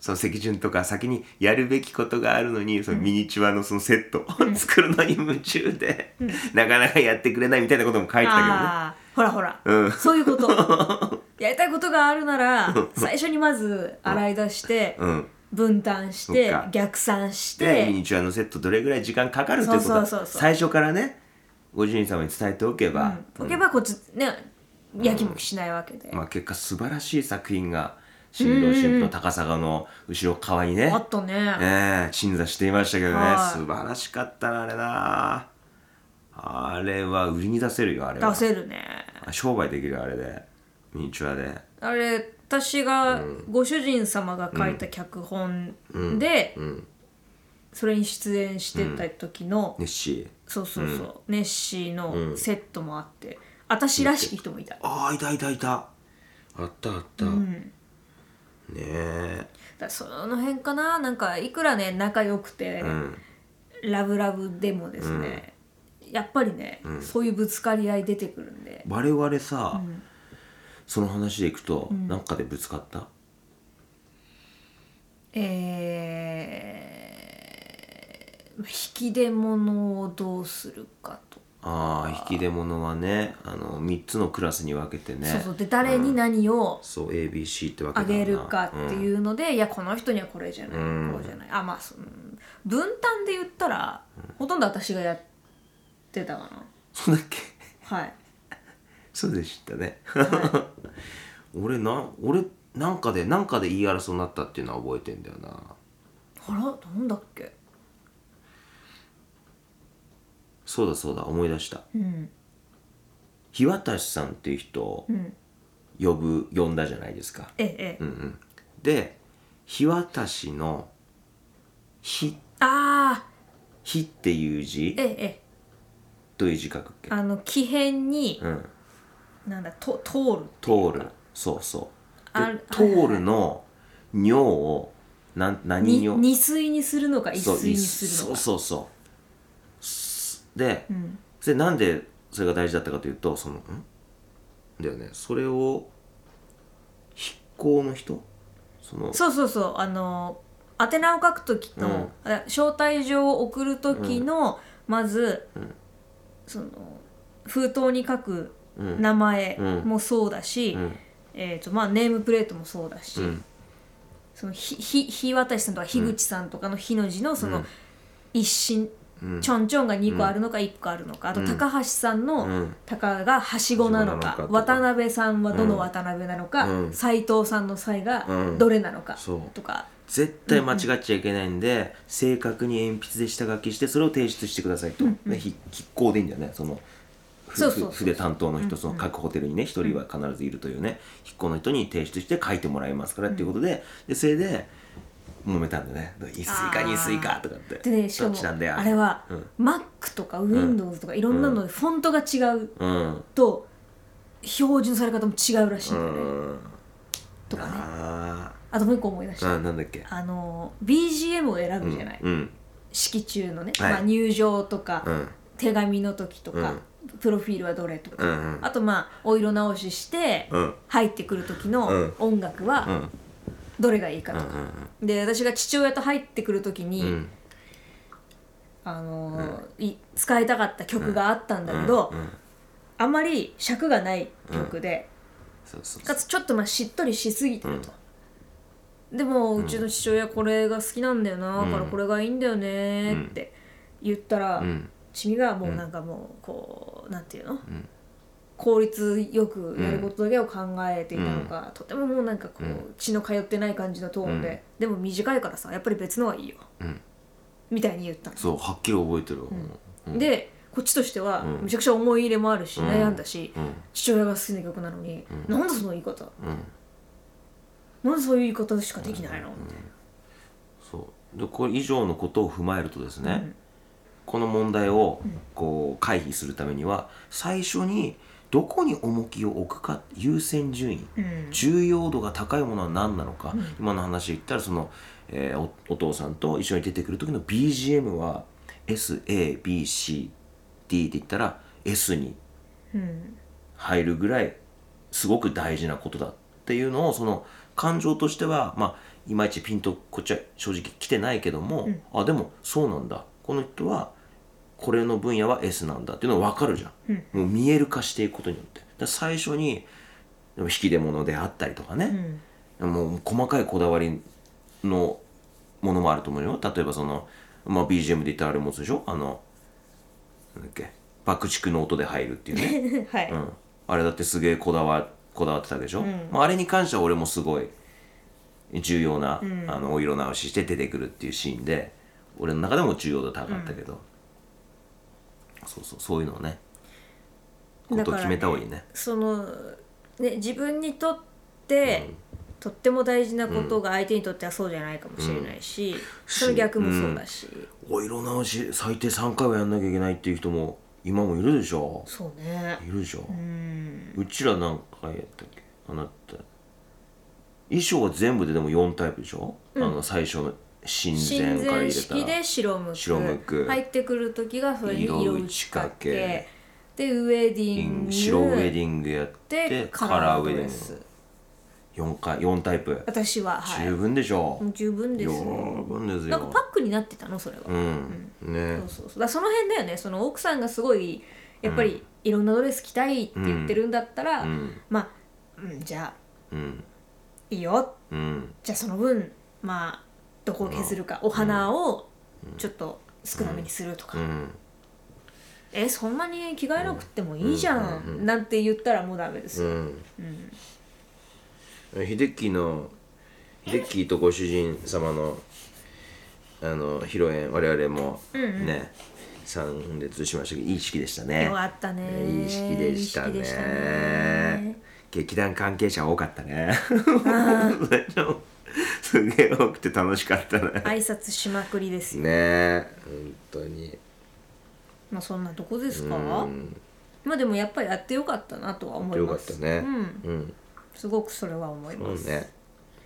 B: その席順とか先にやるべきことがあるのにそのミニチュアのそのセットを作るのに夢中で、なかなかやってくれないみたいなことも書いてたけどね
C: あーほらほら、そういうこと やりたいことがあるなら最初にまず洗い出して、
B: うん
C: 分担して
B: そっか
C: 逆算し
B: でミ
C: て
B: ニチュアのセットどれぐらい時間かかるっていうこと
C: そ
B: は
C: うそうそうそう
B: 最初からねご主人様に伝えておけば、
C: 置けばこっちねやきもきしないわけで、
B: まあ、結果素晴らしい作品が新郎新婦の高砂の後ろ側にね、
C: あとね
B: ええ鎮座していましたけどね、
C: はい
B: 素晴らしかったなあれなあれは売りに出せるよあれは
C: 出せるね
B: 商売できるよあれでミニチュアで
C: あれ私がご主人様が書いた脚本で、それに出演してた時の、
B: ネッシー
C: そうそうそう、ネッシーのセットもあって、私らしき人もいただか
B: ああいたいたいたあったあった、ねえ
C: らその辺かななんかいくらね仲良くて、
B: うん
C: ラブラブでもですね、やっぱりね、そういうぶつかり合い出てくるんで
B: 我々さ、その話でいくと、なんかでぶつかった
C: えー、引き出物をどうするかと、
B: ああ引き出物はねあの3つのクラスに分けてね
C: そうそうで誰に何を
B: そう ABC ってわけ
C: あ
B: だな
C: げるかっていうので、いやこの人にはこれじゃない、
B: うん
C: こうじゃないあまあそうん分担で言ったら、ほとんど私がやってたかな
B: そうだっけ
C: はい
B: そうでしたね俺な俺なんかでなんかで言い争いになったっていうのは覚えてんだよな
C: あらなんだっけ
B: そうだそうだ思い出した
C: うん
B: 日渡さんっていう人を
C: うん
B: 呼ぶ呼んだじゃないですか
C: ええええ、
B: うんうんで日渡しの「日
C: ああ」
B: 「日」っていう字
C: ええええ
B: どういう字書くっけ
C: あの木片に、
B: うん
C: なんだと通る
B: 通るそうそう
C: あ
B: で
C: る
B: 通るの「尿」をなん何
C: に
B: 尿
C: 二水にするのか一
B: そう
C: 水にするのか
B: そうそうそうで、
C: ん
B: それなんでそれが大事だったかというとそのんだよねそれを筆行の人その
C: そうそうそうあの宛名を書く時の、あ招待状を送る時の、まず、その封筒に書く
B: うん
C: 名前
B: うん
C: もそうだし、
B: うん
C: えーとまあ、ネームプレートもそうだし、
B: うん
C: そのひひ日渡さんとか樋口さんとかの「日」の字のその、一心
B: うん
C: ちょんちょんが2個あるのか1個あるのか、
B: うん
C: あと高橋さん
B: う
C: の
B: ん
C: 高がはしごなの
B: はし
C: か,、
B: ごなのかとか
C: 渡辺さんはどの渡辺なのか
B: うん
C: 斎、藤さんの斎が
B: うん
C: どれなのか、
B: そう
C: とか
B: 絶対間違っちゃいけないんで、正確に鉛筆で下書きしてそれを提出してくださいと、で筆筆行でいいんだよねそのふ
C: そうそうそう
B: ふ筆担当の人その各ホテルにね一人は必ずいるというね筆行の人に提出して書いてもらいますからっていうことで,、でそれで揉めたんだね「いスイカ
C: あー
B: にスイカ」とかって
C: でねしか
B: どっちなんだよ
C: もあれは
B: うん
C: Mac とか Windows とかいろんなのでフォントが違う
B: うん
C: と標準され方も違うらしいん
B: う
C: だよね、
B: ん
C: とかね
B: あ
C: あともう一個思い出
B: ー
C: した
B: あなんだっけ
C: あの BGM を選ぶじゃない、
B: うん
C: 式中のね、
B: はい
C: まあ、入場とか、
B: うん
C: 手紙の時とか、プロフィールはどれとか、
B: うんうん
C: あとまあお色直しして
B: うん
C: 入ってくる時
B: う
C: の
B: ん
C: 音楽
B: うんう
C: は
B: ん
C: どれがいいか
B: う
C: と
B: ん
C: か、で私が父親と入ってくる時に、
B: うん
C: あのーい使いたかった曲があったんだけど、
B: うんうん
C: あまり尺がない曲で、
B: そうそうそ
C: か
B: う
C: つちょっとまあしっとりしすぎてると。でもうちの父親これが好きなんだよな、
B: うん
C: からこれがいいんだよねって言ったら、
B: うん
C: チミがもうなんかもうこうなんていうの、効率よくやることだけを考えていたのか、とてももうなんかこう、血の通ってない感じのトーンで、でも短いからさやっぱり別のはいいよ、
B: うん
C: みたいに言ったの、
B: そうはっきり覚えてるわ、うん
C: でこっちとしては
B: うん
C: めちゃくちゃ思い入れもあるし、
B: うん
C: 悩んだし
B: うん
C: 父親が好きな曲なのに、
B: うん
C: なんだその言い方
B: うん
C: なんでそういう言い方しかできないのみたいな、
B: そうでこれ以上のことを踏まえるとですね、この問題をこう回避するためには最初にどこに重きを置くか優先順位、
C: うん
B: 重要度が高いものは何なのか、今の話で言ったらその、えーおお父さんと一緒に出てくる時の BGM は SABCD って言ったら S に入るぐらいすごく大事なことだっていうのをその感情としてはまあいまいちピンとこっちは正直来てないけども、あでもそうなんだこの人はこれの分野は S なんだっていうの分かるじゃん、もう見える化していくことによってだから最初にでも引き出物であったりとかね、もう細かいこだわりのものもあると思うよ例えばその、まあ、BGM で言ったらあれもそうでしょあのなんだっけ爆竹の音で入るっていうね
C: はい、
B: うん、あれだってすげえこだわこだわってたでしょ、まあ、あれに関しては俺もすごい重要な、あのお色直しして出てくるっていうシーンで俺の中でも重要度高かったけど、そうそうそういうのをねことを決めた方がいいね
C: そのね自分にとって、とっても大事なことが相手にとってはそうじゃないかもしれないし、その逆もそうだし、
B: お色直し最低3回はやんなきゃいけないっていう人も今もいるでしょ
C: そうね
B: いるでしょ、
C: うん
B: うちら何回やったっけあなた衣装は全部ででも4タイプでしょ、あの最初の親
C: 親
B: 善から入れ
C: 善
B: た
C: 式で白むく
B: 白むく
C: 入ってくる時がそれに色
B: 色
C: 打
B: 打
C: ち
B: ち
C: 掛
B: 掛
C: け
B: け
C: でウェディング
B: 白ウェディングやっ
C: で
B: て
C: カ
B: カ
C: ラ
B: ラー
C: ーウ
B: ウ
C: ェ
B: ェ
C: デ
B: ディ
C: ィン
B: ング
C: グ
B: 4回4タイプ
C: 私ははい
B: 十分でしょう、
C: もう十分ですよ
B: 十分です
C: なんか
B: よ
C: パックになってたのそれは、
B: うんね
C: そうそうそうだからその辺だよねその奥さんがすごいやっぱりいろんなドレス着たいって言ってるんだったら、
B: うん
C: まあ、うん、じゃあ
B: うん
C: いいよ
B: うん
C: じゃあその分まあどこを削るか、お花をちょっと少なめにするとか、
B: うん
C: えそんなに着替えなくてもいいじゃん、なんて言ったらもうダメです
B: う
C: よ、
B: ん秀樹の秀樹とご主人様のあの披露宴我々もね、参列しましたけどいい式でしたね
C: よかったね
B: いい式でした
C: い
B: ね
C: い式でしたね
B: 劇団関係者多かったね最初 すげえ多くて楽しかったね
C: 挨拶しまくりですよ、
B: ねえ本当に
C: まあそんなとこですか、
B: うん
C: まあでもやっぱりやってよかったなとは思い
B: よ
C: ま
B: かっ
C: す
B: たね
C: うん、
B: うん
C: すごくそれは思い
B: そ
C: ま
B: う
C: す、
B: ね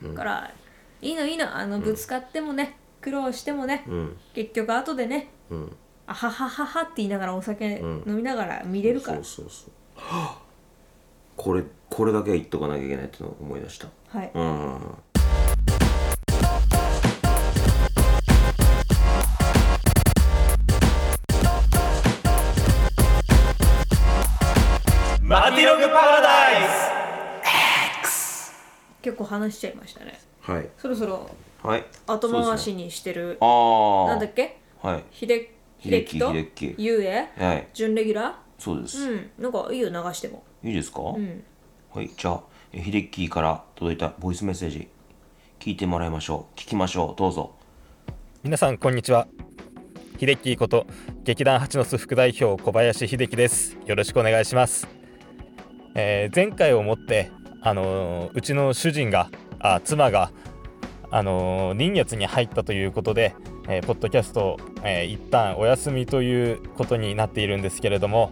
C: だからいいのいいのあのぶつかってもね、苦労してもね、
B: うん
C: 結局後でね
B: うん
C: あははははって言いながらお酒
B: ん
C: 飲みながら見れるから、
B: そうそうそうはあこれこれだけは言っとかなきゃいけないってのを思い出した
C: はい、
B: うんうんうん
D: マティログパラダイス
C: 結構話しちゃいましたね
B: はい
C: そろそろ
B: はい
C: 後回
B: そうですね
C: しにしてる、
B: ああ
C: なんだっけ
B: はい
C: 秀
B: 秀樹
C: と
B: 秀樹
C: ゆうえ
B: はい
C: 準レギュラ
B: そうです、
C: ーうんなんかいいよ流しても
B: いいですか、
C: ん
B: はいじゃあえヒデッキーから届いたボイスメッセージ聞いてもらいましょう聞きましょうどうぞ
E: 皆さんこんにちは秀樹こと劇団八の巣副代表小林秀樹ですよろしくお願いします、えー前回をもってあのーうちの主人があ妻があのー臨月に入ったということで、えーポッドキャスト、えー一旦お休みということになっているんですけれども、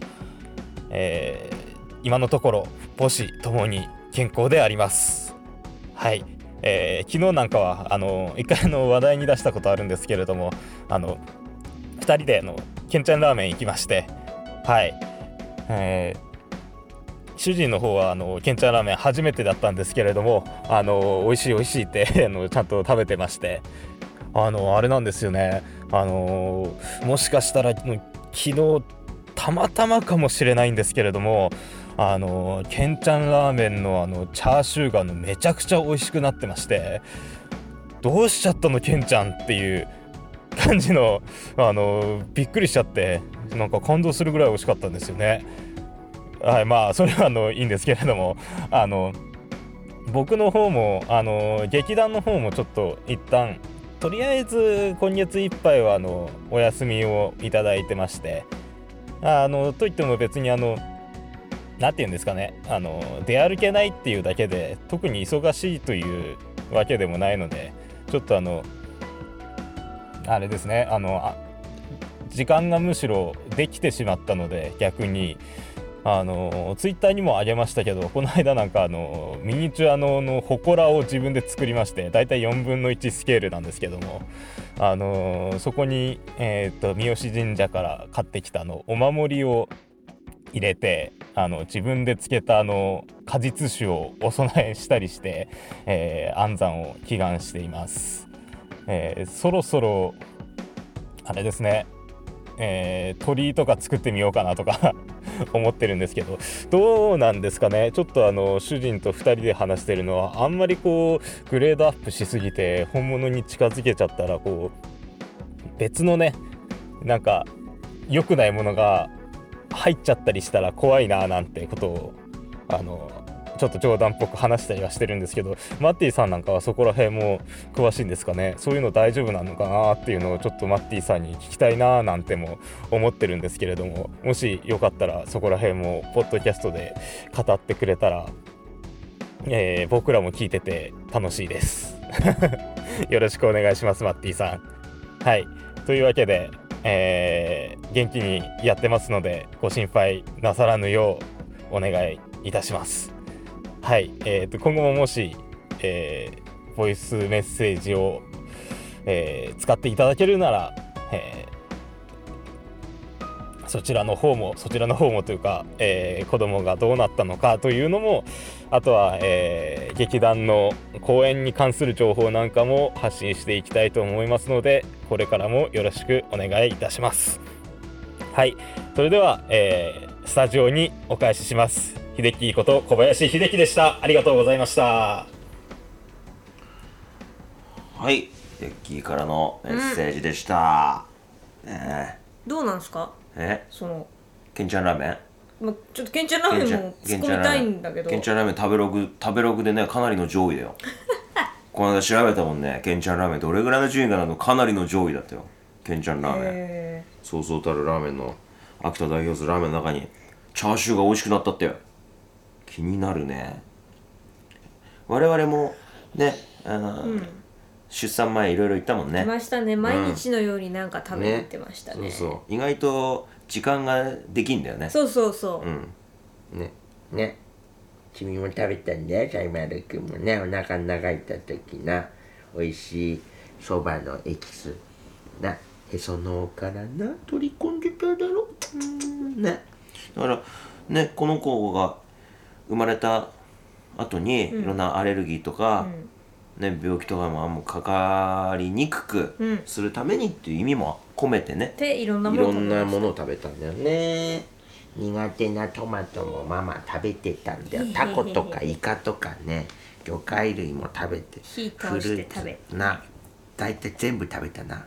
E: えー今のところ母子ともに健康でありますはいえー昨日なんかはあの一回あの話題に出したことあるんですけれどもあの2人であのけんちゃんラーメン行きましてはい、えー主人の方はあのけんちゃんラーメン初めてだったんですけれどもあの美味しい美味しいって あのちゃんと食べてましてあのあれなんですよねあのもしかしたら昨日たまたまかもしれないんですけれどもあのけんちゃんラーメンのあのチャーシューがあのめちゃくちゃ美味しくなってましてどうしちゃったのけんちゃんっていう感じのあのびっくりしちゃってなんか感動するぐらい美味しかったんですよねはいまあそれはあのいいんですけれどもあの僕の方もあの劇団の方もちょっと一旦とりあえず今月いっぱいはあのお休みをいただいてましてあのといっても別にあのなんて言うんですかねあの出歩けないっていうだけで特に忙しいというわけでもないのでちょっとあのあれですねあのあ時間がむしろできてしまったので逆にあのツイッターにもあげましたけどこの間なんかあのミニチュアのの祠を自分で作りましてだいたい4分の1スケールなんですけどもあのそこに、えー、と三好神社から買ってきたあのお守りを入れてあの自分でつけたあの果実酒をお供えしたりして、えー安産を祈願しています、えーそろそろあれですね、えー鳥居とか作ってみようかなとか 思ってるんですけどどうなんですかねちょっとあの主人と2人で話してるのはあんまりこうグレードアップしすぎて本物に近づけちゃったらこう別のねなんか良くないものが入っちゃったりしたら怖いななんてことをあのちょっと冗談っぽく話したりはしてるんですけどマッティさんなんかはそこら辺も詳しいんですかねそういうの大丈夫なのかなっていうのをちょっとマッティさんに聞きたいななんても思ってるんですけれどももしよかったらそこら辺もポッドキャストで語ってくれたら、えー僕らも聞いてて楽しいです よろしくお願いしますマッティさんはいというわけでえー元気にやってますのでご心配なさらぬようお願いいたしますはい、えーと今後ももし、えーボイスメッセージを、えー使っていただけるなら、えーそちらの方もそちらの方もというか、えー子供がどうなったのかというのもあとは、えー劇団の公演に関する情報なんかも発信していきたいと思いますのでこれからもよろしくお願いいたしますはいそれでは、えースタジオにお返しします秀樹こと小林秀樹でしたありがとうございました
B: はい秀樹からのメッセージでした、ね
C: どうなんすか
B: ええ
C: その
B: けんちゃんラーメン
C: まあちょっとけんちゃんラーメンも突っ込みたいんだけど
B: けんちゃんラーメン食べログ食べログでねかなりの上位だ よこの間調べたもんねけんちゃんラーメンどれぐらいの順位かなのかなりの上位だったよけんちゃんラーメン、
C: え
B: そうそうたるラーメンの秋田代表するラーメンの中にチャーシューが美味しくなったって気になるね我々もねあの、出産前いろいろ行ったもんね
C: ーましたね毎日のようになんか食べに行ってましたね
B: そうそう意外と時間ができんだよね
C: そうそうそう、
B: ね
F: ね君も食べたんだよ、チャイマル君もね、お腹の中いた時な、美味しいそばのエキス、な、へその緒からな、取り込んでただろ、うーんね。
B: だからねこの子が生まれた後にいろんなアレルギーとか、ね、病気とかもあんまかかりにくくするためにっていう意味も込めてね、
C: でいろんないもの
F: ろ
C: 食
F: ん
C: べ
F: な
C: まし
F: ものを食べたんだよね。苦手なトマトもママ食べてたんだよ。タコとかイカとかね、魚介類も食べて、
C: 火通して食べ
F: フルーツな、大体全部食べたな。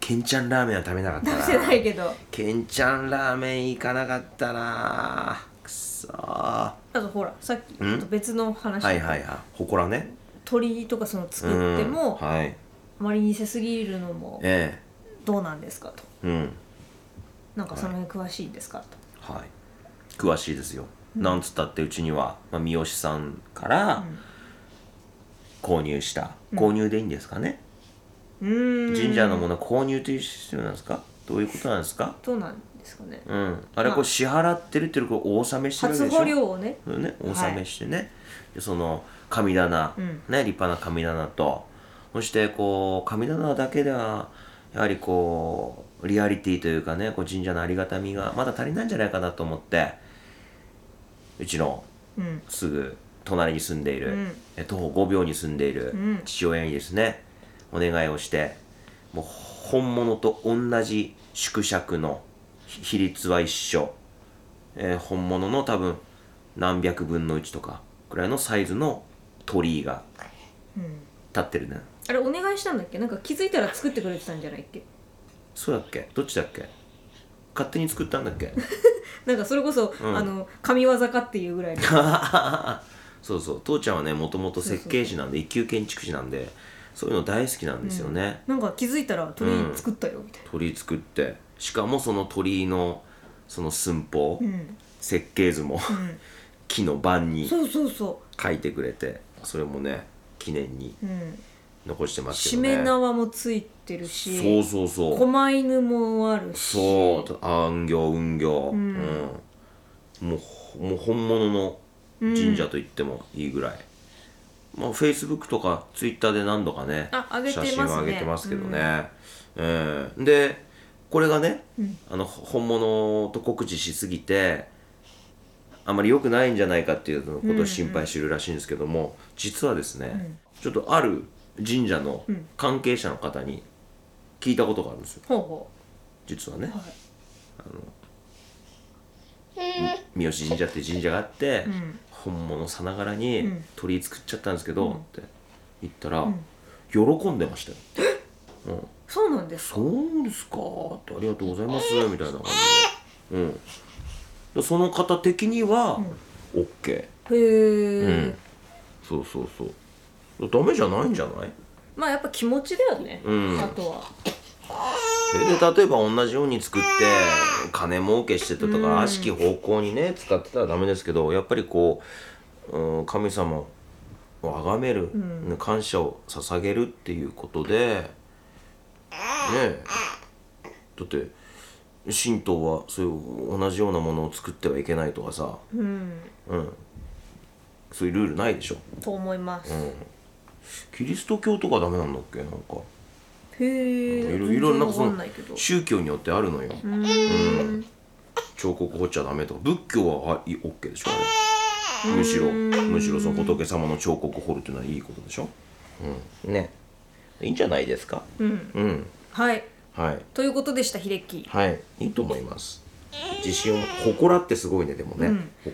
F: け
B: ケンちゃんラーメンは食べなかったな
C: 出せないけどあ
B: ケンちゃんラーメン行かなかったなくそーは
C: とほらさっき
B: うん
C: と別の話、
B: いはいはいほこらね
C: 鳥とかその作
B: うん
C: っても、
B: はい
C: あまり似せすぎるのも
B: え
C: どうなんですかと
B: えうん
C: なんかその辺詳しいんですかと、
B: はい詳しいですよ、なんつったってうちには、まあ、三好さんから購入した、購入でいいんですかね
C: うーん
B: 神社のものは購入というシステムなんですかどういうことなんですか
C: どうなんですかね
B: うん、あれこう支払ってるっていうよりこうお納めしてるわけ
C: 初
B: でしょ
C: 保料をね
B: ね、お納めしてね、でその神棚、ね、立派な神棚とそしてこう神棚だけではやはりこうリアリティというかねこう神社のありがたみがまだ足りないんじゃないかなと思ってうちの
C: うん
B: すぐ隣に住んでいる、
C: ん
B: え徒歩5秒に住んでいる
C: ん
B: 父親にですね、お願いをしてもう本物と同じ縮尺の比比率は一緒、えー本物の多分何百分の1とかくらいのサイズの鳥居が立ってるね、
C: あれお願いしたんだっけなんか気づいたら作ってくれてたんじゃないっけ
B: そうだっけどっちだっけ勝手に作ったんだっ け
C: なんかそれこそ、
B: ん
C: あの神業かっていうぐらいの
B: そうそう父ちゃんはねもともと設計士なんで一級建築士なんでそういうの大好きなんですよね、
C: なんか気づいたら鳥居作ったよみたい
B: 鳥居作ってしかもその鳥居のその寸法、設計図も、木の盤に
C: な、そうそうそ
B: 書いてくれてそれもね記念に
C: ううん
B: 残してますけ
C: し
B: どね、
C: め縄もついてる
B: そう
C: し
B: そうそう
C: 狛犬もあるし
B: そう安行運行、うんもうほもう本物の神社と言ってもいいぐらい、まあフェイスブックとかツイッターで何度かね
C: あ上げて
B: 写
C: ますね
B: 真を上げてますけどね、ええでこれがね、あのほ本物と酷似しすぎてあまり良くないんじゃないかっていうことを心配してるらしいんですけども、実はですね、ちょっとある神社の関係者の方に聞いたことがあるんですよ
C: ほうほ
B: 実はね、あのみ三好神社っていう神社があって、本物さながらに鳥居作っちゃったんですけど、って言ったら、喜んでましたよ
C: うそうなんです
B: そうですかってありがとうございますみたいな感じで、うんで、その方的には OK、
C: へえ、
B: うんそうそうそうダメじゃないんじゃない
C: まあやっぱ気持ちだよね、
B: ん
C: あとは
B: それで例えば同じように作って金儲けしてたとか悪しき方向にね使ってたらダメですけどやっぱりこう、うん、神様を崇める、感謝を捧げるっていうことでねえだって神道はそういう同じようなものを作ってはいけないとかさ、
C: うん
B: うん、そういうルールないでしょ
C: と思います、
B: キリスト教とかダメなんだっけなんか。
C: へ
B: い
C: え
B: ろいろなんかそ
C: わか
B: の
C: んないけど
B: 宗教によってあるのよ、うん彫刻彫っちゃダメとか仏教ははい OK でしょあれむしろむしろその仏様の彫刻彫るっていうのはいいことでしょ、うん、ねいいんじゃないですかうん、
C: はい
B: はい
C: ということでした秀樹
B: はいいいと思います自信を祠ってすごいねでもね、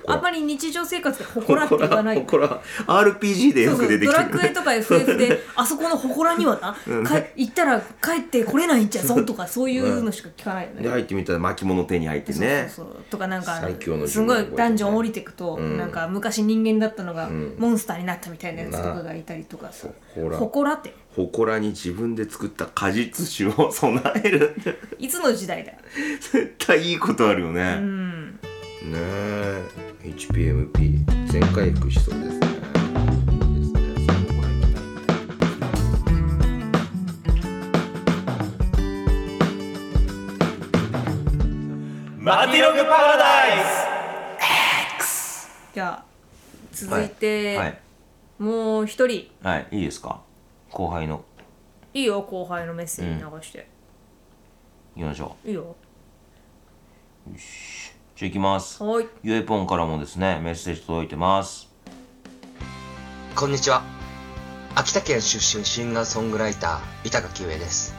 C: あんまり日常生活で祠って言わない
B: 祠祠 RPG でよ
C: そうそ
B: く出
C: う
B: てき
C: ド
B: て
C: ラ
B: る
C: クエとか FF であそこの祠にはな、か行ったら帰ってこれないんじゃぞとかそういうのしか聞かないよね、
B: で入ってみたら巻物手に入ってね
C: そうそうそうとかなんか
B: 最強の
C: す
B: 呪文
C: ご
B: 覚えて
C: い
B: ね
C: ダンジョン降りてくと、
B: ん
C: なんか昔人間だったのがモンスターになったみたいなやつとかがいたりとかさ
B: ほら
C: 祠って
B: 祠に自分で作った果実酒を備えるって
C: いつの時代だよ
B: 絶対いいことあるよね、ねえ HPMP 全回復しそうですねいいですねそれもご覧いただいて
D: マティログパラダイス
C: じゃあ続いて、
B: はい
C: もう一人い
B: はいいいですか後輩の
C: いよ後輩のメッセージ流して、
B: いきましょ
C: いいよ
B: うじゃあいきます
C: はーい
B: ゆえぽんからもですねメッセージ届いてます
G: こんにちは。秋田県出身シンガーソングライター、板垣上です。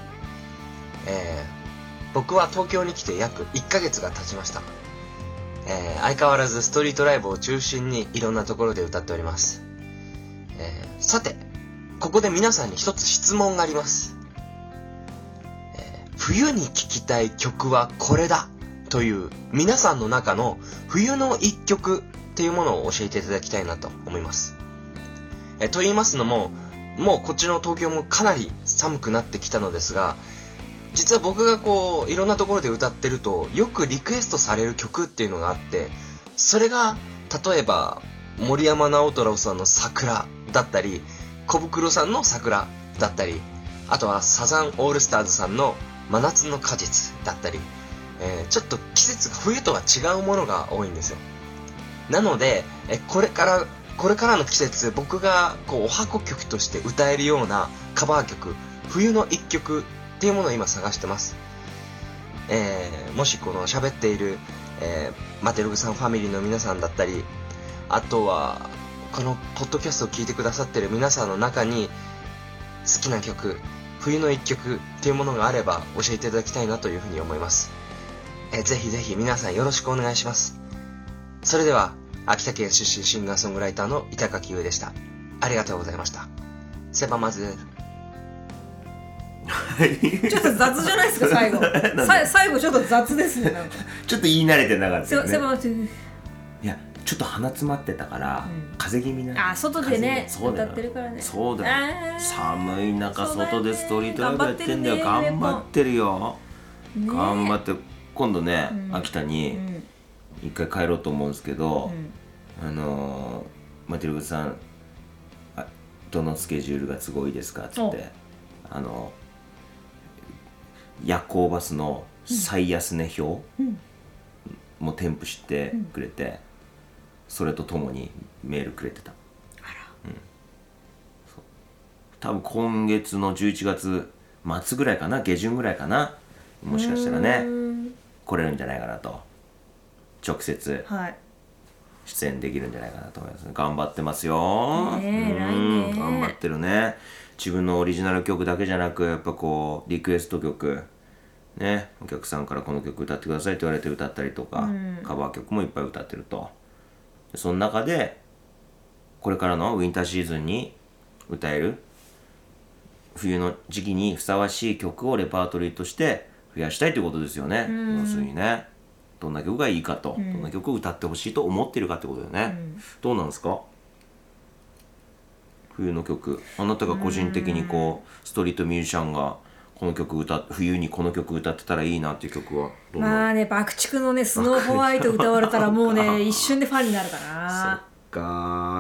G: えー僕は東京に来て約1ヶ月が経ちました。えー相変わらずストリートライブを中心にいろんなところで歌っております。えーさて、ここで皆さんに一つ質問があります。えー冬に聴きたい曲はこれだという皆さんの中の冬の一曲っていうものを教えていただきたいなと思います。えと言いますのも、もうこっちの東京もかなり寒くなってきたのですが、実は僕がこう、いろんなところで歌ってると、よくリクエストされる曲っていうのがあって、それが、例えば、森山直太朗さんの桜だったり、小袋さんの桜だったり、あとはサザンオールスターズさんの真夏の果実だったり、えーちょっと季節が冬とは違うものが多いんですよ。なので、えこれから、これからの季節、僕がこう、お箱曲として歌えるようなカバー曲、冬の一曲っていうものを今探してます。えーもしこの喋っている、えーマテログさんファミリーの皆さんだったり、あとは、このポッドキャストを聞いてくださってる皆さんの中に、好きな曲、冬の一曲っていうものがあれば教えていただきたいなというふうに思います。えーぜひぜひ皆さんよろしくお願いします。それでは、秋田県出身シンガーソングライターの板垣優でした。ありがとうございました。セバマズ。
C: ちょっと雑じゃないですか 最後さ最後ちょっと雑ですねなんか
B: ちょっと言い慣れてなかった
C: せ
B: よ
C: せ
B: ね
C: まって
B: いやちょっと鼻詰まってたから、風邪気味な
C: あ外でね
B: 風邪気味そうだよ
C: 歌ってるからね
B: そうだ
C: あ
B: よ
C: ー
B: 寒い中
C: そうだよね
B: 外でストリートライブやってんだよ
C: 頑張
B: 頑張
C: ってるね
B: ってるよ
C: ね
B: 頑張って今度ね、
C: うん
B: 秋田
C: う
B: に
C: ん
B: 一回帰ろうと思うんですけ
C: う
B: ど、
C: ん
B: あのー、マテルブさんあどのスケジュールが都合いいですかっつっ
C: お
B: てあの夜行バスの最安値表
C: うん
B: も添付してくれて、それとともにメールくれてたうんそう多分今月の11月末ぐらいかな下旬ぐらいかなもしかしたら
C: う
B: ね
C: ん
B: 来れるんじゃないかなと直接
C: はい
B: 出演できるんじゃないかなと思いますね頑張ってますよ、
C: ねえ
B: う
C: 偉い
B: ん
C: ね
B: 頑張ってるね自分のオリジナル曲だけじゃなくやっぱこうリクエスト曲ねお客さんからこの曲歌ってくださいって言われて歌ったりとか、カバー曲もいっぱい歌ってるとでその中でこれからのウィンターシーズンに歌える冬の時期にふさわしい曲をレパートリーとして増やしたいということですよね、要するにねどんな曲がいいかと、どんな曲を歌ってほしいと思ってるかってことだよね、どうなんですか冬の曲あなたが個人的にこう、ストリートミュージシャンがこの曲歌っ冬にこの曲歌ってたらいいなっていう曲はどんな、
C: まあね爆竹のねスノーホワイト歌われたらもうね一瞬でファンになるか
B: そっ
C: な
B: か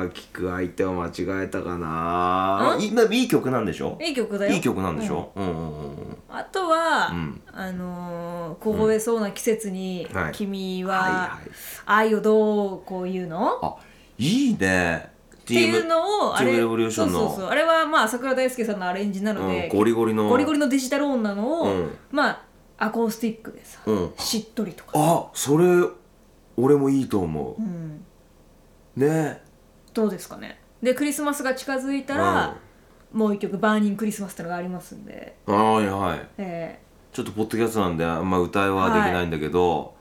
B: ー聞く相手を間違えたかな今いい曲なんでしょ
C: いい曲だよ
B: いい曲なんでしょ、うん、うんうんうん
C: あとは、
B: ん
C: あのー凍えそうな季節に、
B: はい
C: 君
B: はい
C: は
B: はい
C: 愛をどうこう言うの
B: あいいね
C: っていうのをあ
B: チーム
C: れ
B: レボリューションの
C: そうそうそうあれはまあ桜大輔さんのアレンジなの
B: うん
C: で、
B: ゴリゴリの
C: ゴリゴリのデジタル音なのを、
B: うん
C: まあアコースティックでさ、
B: うん
C: しっとりとか
B: あそれ俺もいいと思う、ね
C: どうですかねでクリスマスが近づいたら、もう一曲「バーニングクリスマス」ってのがありますんで、
B: えはいはい
C: え
B: ちょっとポッドキャストなんであんま歌いはできないんだけど、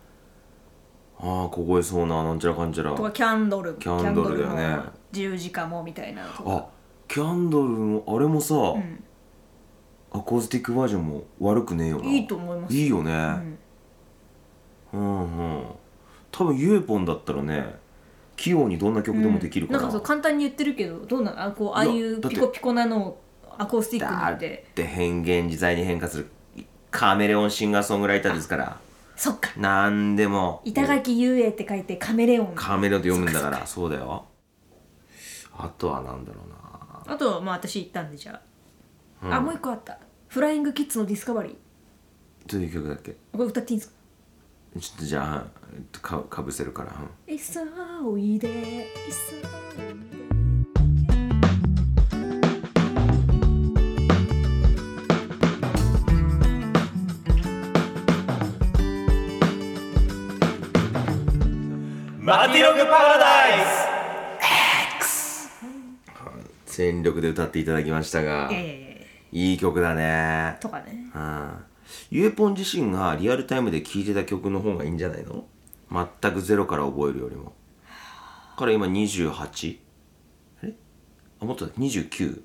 B: ああ凍えそうななんちゃらかんちゃら
C: ーとかキャンドル
B: キャンドルだよね
C: キャンドルの十字架もみたいなのとか
B: あキャンドルのあれもさ、
C: ん
B: アコースティックバージョンも悪くねえよない
C: いと思いますよ
B: いいよね、うん、うん多分ゆえぽんだったらね器用にどんな曲でもできるか
C: な
B: ら、
C: んかそう簡単に言ってるけどどうなのあこうああい
B: いや
C: う
B: だって
C: ピコピコなのをアコースティックに
B: だ
C: っ
B: ってて変幻自在に変化するカメレオンシンガーソングライターですから
C: そっか
B: なんでも
C: 板垣雄英って書いてカメレオン
B: カメレオンって読むんだからそうだよあとはなんだろうな
C: あとはまあ私行ったんでじゃあ、あもう一個あったフライングキッズのディスカバリー
B: どういう曲だっけ
C: これ歌っていいんですか
B: ちょっとじゃあえっとかかぶせるから、うん
C: 急いで急いで
D: マティログパラダイス
B: 全力で歌っていただきましたが、
C: え
B: いい曲だね
C: ー、とかね
B: うんゆえぽん自身がリアルタイムで聴いてた曲の方がいいんじゃないの全くゼロから覚えるよりもから今28あれあもっとだ29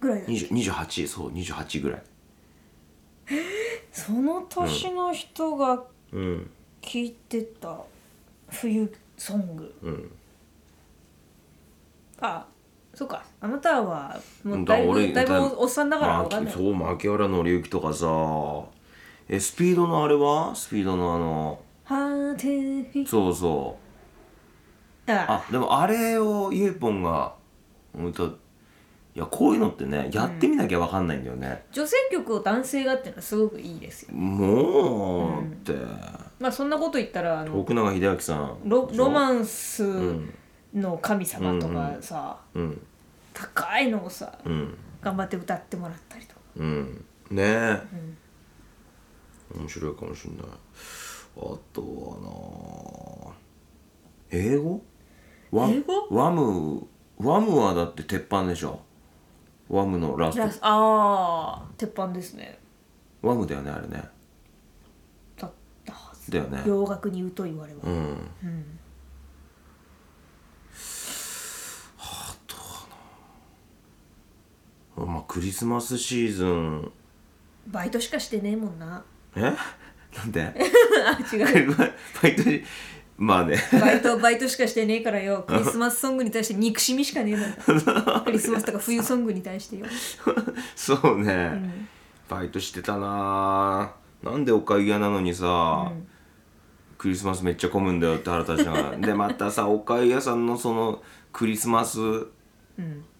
C: ぐらいだ
B: 20 28そう28ぐらい
C: その年の人が
B: うん
C: 聴いてた冬ソング
B: うん
C: あそうかあなたはもう
B: だ
C: だ
B: か
C: い
B: ら
C: ぶ
B: 俺
C: だいぶおっさんだから
B: まあ
C: 分かんない
B: そう牧原紀之とかさえスピードのあれはスピードのあの
C: ハーテフィ
B: そうそう
C: あ
B: あでもあれをゆえぽんが歌ういやこういうのってねやってみなきゃわかんないんだよね、
C: 女性曲を男性がっていうのはすごくいいですよ
B: もうって、
C: まあそんなこと言ったらあの
B: 徳永英明さん
C: ロロ
B: ン
C: マンス
B: うん
C: の神様とかさ、
B: うん
C: 高いのをさ
B: うん
C: 頑張って歌ってもらったりとか
B: うんねえ、面白いかもしれないあとはな英語ワ
C: 英語
B: ワムワムはだって鉄板でしょワムのラスト
C: ラスああ鉄板ですね
B: ワムだよねあれね
C: だったはず
B: だよね
C: 洋楽に疎い我々
B: う
C: は、
B: ん、あとはなまあクリスマスシーズン
C: バイトしかしてねえもんな
B: えなんで
C: あ違う
B: バイトしまあね
C: バイトバイトしかしてねえからよクリスマスソングに対して憎しみしかね えのよクリスマスとか冬ソングに対してよ
B: そうね、バイトしてたななんでおかゆ屋なのにさ、クリスマスめっちゃ混むんだよって腹立ちなが らでまたさおかゆ屋さんのそのクリスマスデ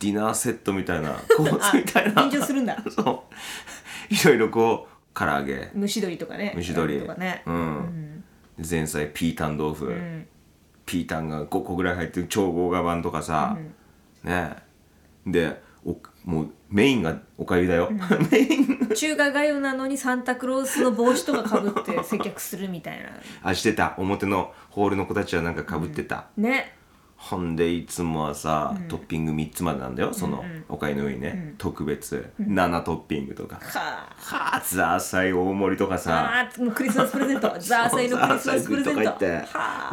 B: ィナーセットみたい なコースみたいな
C: 炎上するんだ
B: そういろいろこう唐揚げ
C: 蒸し鶏とかね
B: 蒸し鶏
C: とかね、
B: うん前菜ピータン豆腐、ピータンが5個ぐらい入ってる超豪華版とかさ、ねえでおもうメインがおかゆだよ、 メイン
C: 中華粥なのにサンタクロースの帽子とかかぶって接客するみたいな
B: あしてた表のホールの子たちはなんかかぶってた、
C: ね
B: ほんでいつもはさ、トッピング3つまでなんだよそのおかゆの上にね、特別7トッピングとか、
C: かあ
B: はあザーサイ大盛りとかさ
C: あーもうクリスマスプ レゼントザーサイのクリスマスプ
B: ザーサイ食
C: レゼント
B: いとか言って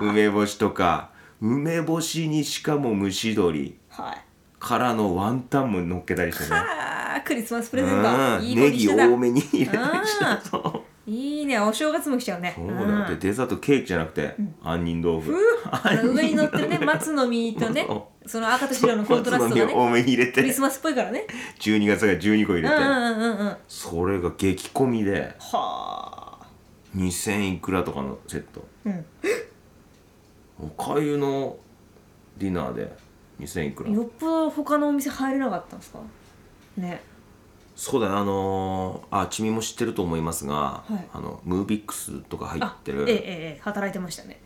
B: 梅干しとか梅干しにしかも蒸し鶏
C: はい
B: からのワンタンも乗っけたりしてね
C: あークリスマスプレゼント
B: うん
C: いい子
B: ネ
C: にし
B: ギ
C: てた
B: 多めに入れたりして
C: あ
B: た
C: ー
B: そう
C: いいねお正月も来ちゃうね
B: そうだよでデザートケーキじゃなくて杏仁豆腐
C: うん上に乗って るね松の実とね
B: そ
C: その赤と白のコントラス
B: 松
C: ト
B: の
C: が
B: 実
C: ね
B: を多めに入れ
C: クリ
B: て
C: スマスっぽいからね
B: 12月が12個入れ
C: う
B: て
C: んうんうんうんは
B: それが激込みで
C: あ
B: 2000いくらとかのセットおかゆのディナーで2000いくら
C: よっぽど他のお店入れなかったんですかね
B: そうだねあのーあちみも知ってると思いますが、
C: はい
B: あのムービックスとか入
C: あ
B: って
C: えええ
B: る
C: え働いてましたね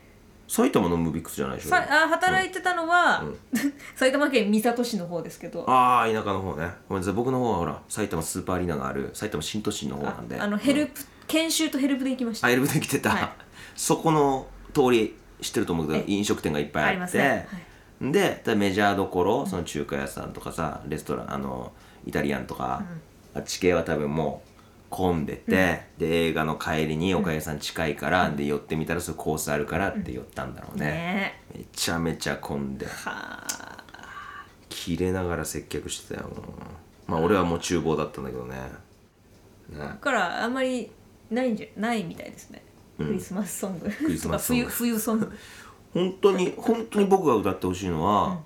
B: 埼玉のムービックスじゃないでしょ
C: さあ働いてたのは、 埼玉県三郷市の方ですけど
B: ああ田舎の方ねごめんなさい僕の方はほら埼玉スーパーアリーナがある埼玉新都心の方なんで
C: あのヘルプ、研修とヘルプで行きました
B: アイルブで来てた、
C: はい
B: そこの通り知ってると思うけど飲食店がいっぱい
C: あり
B: あ
C: ま
B: っ
C: す
B: て
C: ね
B: でだメジャーどころその中華屋さんとかさレストランあのイタリアンとか、あっち系は多分もう混んでて、で映画の帰りにおかゆさん近いから、で寄ってみたらそういうコースあるからって寄ったんだろうね、
C: ね
B: めちゃめちゃ混んで
C: はあ
B: 切れながら接客してたよもうまあ俺はもう厨房だったんだけどねね
C: だからあんまりないんじゃないみたいですね、クリスマスソングク
B: リスマスソング
C: 冬冬ソング
B: 本当に本当に僕が歌ってほしいのは、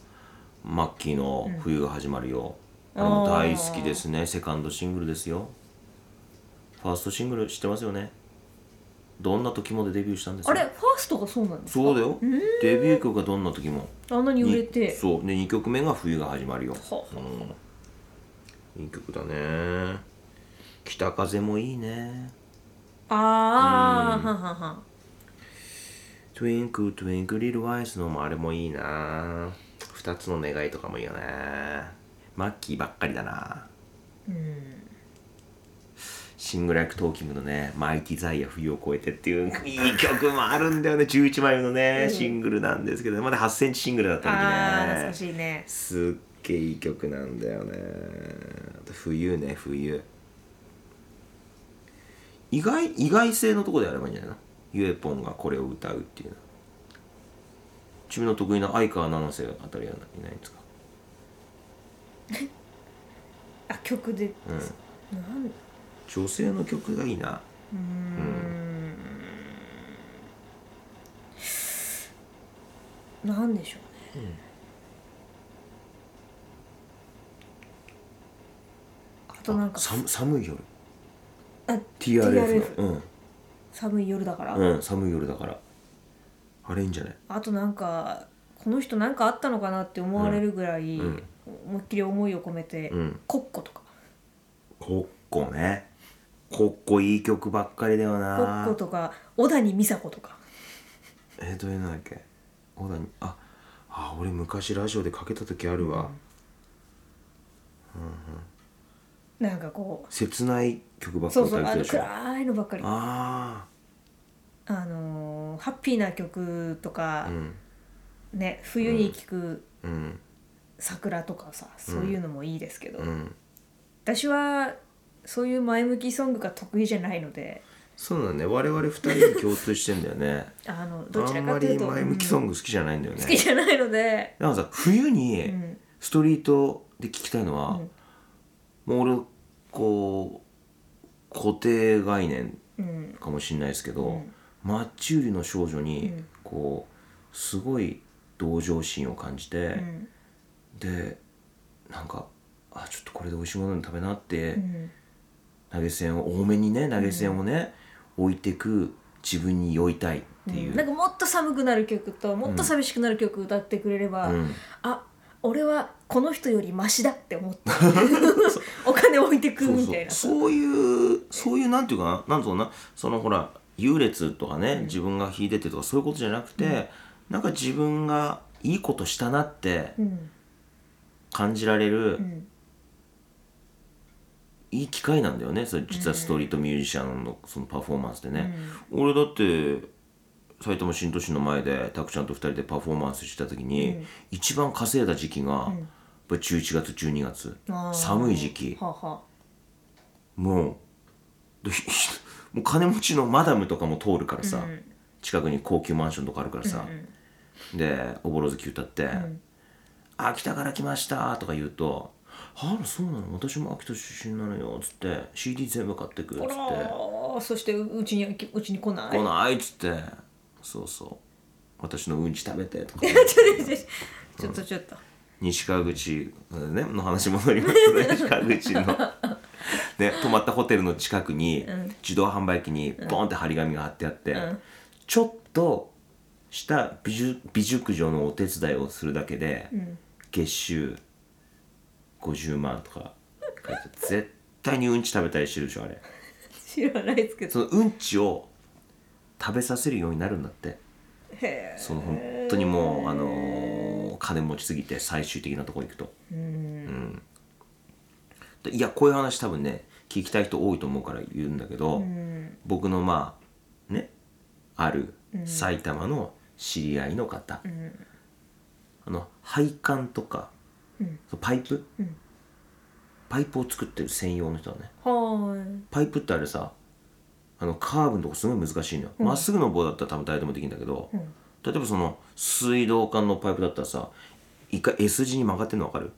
B: マッキーの「冬が始まるよ」あれも大好きですねセカンドシングルですよファーストシングル知ってますよねどんな時もでデビューしたんですよ
C: あれファーストがそうなんですか
B: そうだよデビュー曲がどんな時も
C: あんなに売れて
B: にそうで2曲目が「冬が始まるよ」
C: はあ
B: うんいい曲だね北風もいいね
C: ああはんはんはん
B: 「トゥインクトゥインクリルワイス」のもあれもいいな2つの願いとかもいいよねマッキーばっかりだなシングラクトーキムのね「マイティザイア冬を越えて」っていういい曲もあるんだよ ね11枚のねシングルなんですけどまだ8センチシングルだった
C: あ
B: 時
C: ー懐
B: ね
C: かしいね
B: すっげえいい曲なんだよねあと冬ね冬意外意外性のとこでやればいいんじゃないのゆえぽんがこれを歌うっていうの自分の得意な相川七瀬あたりはいないんですか
C: あ曲で、
B: うん
C: なん
B: 女性の曲がいいな
C: なんでしょうねあとなんか
B: 寒寒い夜
C: あ
B: TRF の
C: 寒い夜だから、
B: うん、うん、寒い夜だからあれいいんじゃない
C: あとなんかこの人なんかあったのかなって思われるぐらい、
B: ん
C: 思いっきり思いを込めて、
B: うん
C: コッコとか
B: コッコねコッコいい曲ばっかりだよ
C: コッ
B: な
C: コとか小谷美佐子とか
B: えどういうのだっけ小田にああ俺昔ラジオでかけた時あるわ、
C: なんかこう
B: 切ない曲ばっか
C: そ
B: り
C: う
B: 歌
C: そうあ
B: う
C: の
B: でしょあ
C: 暗いのばっかりあ
B: あ
C: のーハッピーな曲とか
B: ーう、ん
C: ね冬に聴く
B: うん
C: 桜とかさ、そういうのもいいですけど、
B: うん
C: 私はそういう前向きソングが得意じゃないので
B: そうだね我々二人共通してんだよね
C: あの どち
B: あ
C: ら
B: ん
C: か
B: ま
C: とい
B: り
C: うと
B: 前向きソング好きじゃないんだよね
C: 好きじゃないので、
B: なんかさ冬
C: う
B: に
C: ん、
B: ストリートで聞きたいのは、もう俺こう固定概念
C: うん
B: かもしれないですけど、マッチ売りの少女にこうすごい同情心を感じて、
C: ん
B: でなんかあちょっとこれで美味しいものでも食べなって、
C: ん
B: 投げ銭を多めにね投げ銭をね、置いてく自分に酔いたいっていう、
C: なんかもっと寒くなる曲ともっと寂しくなる曲歌ってくれれば、
B: うん
C: あ俺はこの人よりマシだって思って お金置いてくみたいな
B: そうそうそういうそういうなんていうかななんとかなそのほら優劣とかね、自分が引いててとかそういうことじゃなくて、なんか自分がいいことしたなって
C: ん
B: 感じられる、いい機会なんだよねそれ実はストリートミュージシャンのそのパフォーマンスでね、俺だって埼玉新都心の前で拓ちゃんと2人でパフォーマンスした時に、一番稼いだ時期が、やっぱり11月12月
C: あー
B: 寒い時期、
C: はあは
B: もうどひひもう金持ちのマダムとかも通るからさ、近くに高級マンションとかあるからさ、でおぼろ月歌って「秋田から来ました」とか言うと「あらそうなの私も秋田出身なのよ」っつって「CD 全部買ってく」っつって「
C: あーそしてうちにうちに来ない
B: 来ない」っつってそうそう私のうんち食べてとか
C: ちょっとちょっと
B: 西川口、ね、の話戻りますね西川口の、ね、泊まったホテルの近くに、自動販売機にボンって張り紙が貼ってあって、ちょっとした美術美塾女のお手伝いをするだけで、月収50万とか書いてあって絶対にうんち食べたりしてるでしょあれ
C: 知らないですけど
B: そのうんちを食べさせるようになるんだってその本当にもうあのー金持ちすぎて最終的なとこ行くとうんでいやこういう話多分ね聞きたい人多いと思うから言うんだけど僕のまあねある埼玉の知り合いの方あの配管とかそのパイプパイプを作ってる専用の人はね
C: はーい
B: パイプってあれさあのカーブのとこすごい難しいのよま、っすぐの棒だったら多分誰でもできるんだけど、例えばその水道管のパイプだったらさ一回 S 字に曲がってるの分かる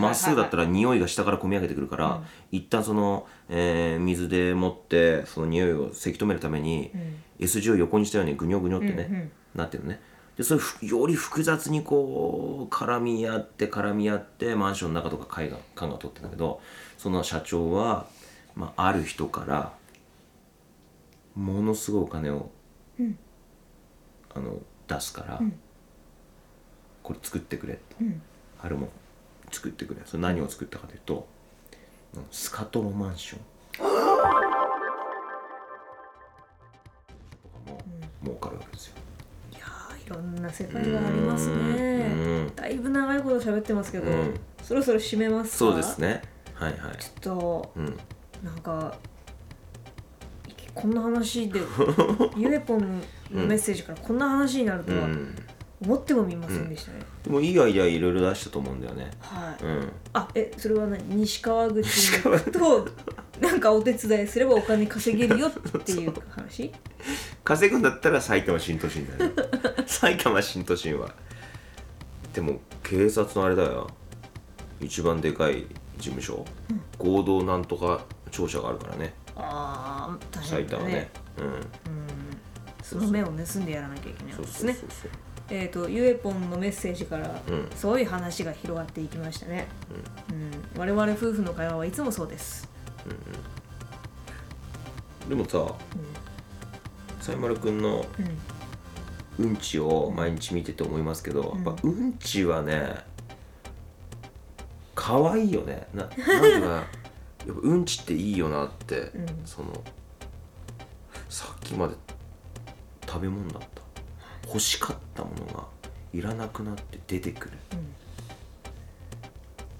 B: ま、っすぐだったら匂いが下からこみ上げてくるから、一旦その、えー水で持ってその匂いをせき止めるために、S 字を横にしたようにぐにょぐにょってね、なってるのねでそれふより複雑にこう絡み合って絡み合ってマンションの中とか絵画館が撮ってんだけどその社長は、まあ、ある人からものすごいお金を、あの出すから、これ作ってくれって、あれも作ってくれそれ何を作ったかというとうんスカトロマンションとかも儲かるわけですよ。
C: あーいろんな世界がありますね
B: うん
C: だいぶ長いこと喋ってますけど、
B: うん
C: そろそろ締めますか
B: そうですね。はいはい。
C: ちょっと
B: うん。
C: なんかこんな 話でゆえぽんのメッセージからこんな話になると
B: う
C: は
B: ん。
C: 思ってもみませんでしたね、
B: でもいいアイデアいろいろ出したと思うんだよね。
C: はい
B: うん。
C: あえそれは何西川口
B: 西川口
C: となんかお手伝いすればお金稼げるよっていう話
B: 稼ぐんだったら埼玉新都心だよ。埼玉新都心は。でも警察のあれだよ。 一番でかい事務所、合同なんとか庁舎があるからね。
C: あああ大変
B: 埼
C: だ
B: 玉
C: ね
B: ねうん
C: うんその目を盗んでやらなきゃいけないわ
B: そ
C: け
B: う
C: です
B: そう
C: ね
B: そうそう
C: えっ、とゆえぽんのメッセージから、
B: うん
C: そういう話が広がっていきましたね、うん我々夫婦の会話はいつもそうです
B: でもささいまるくんのうんちを毎日見てて思いますけど、やっぱうんちはね可愛いよねななん ていうかなやっぱうんちっていいよなって、そのさっきまで食べ物だった欲しかったものがいらなくなって出てくる、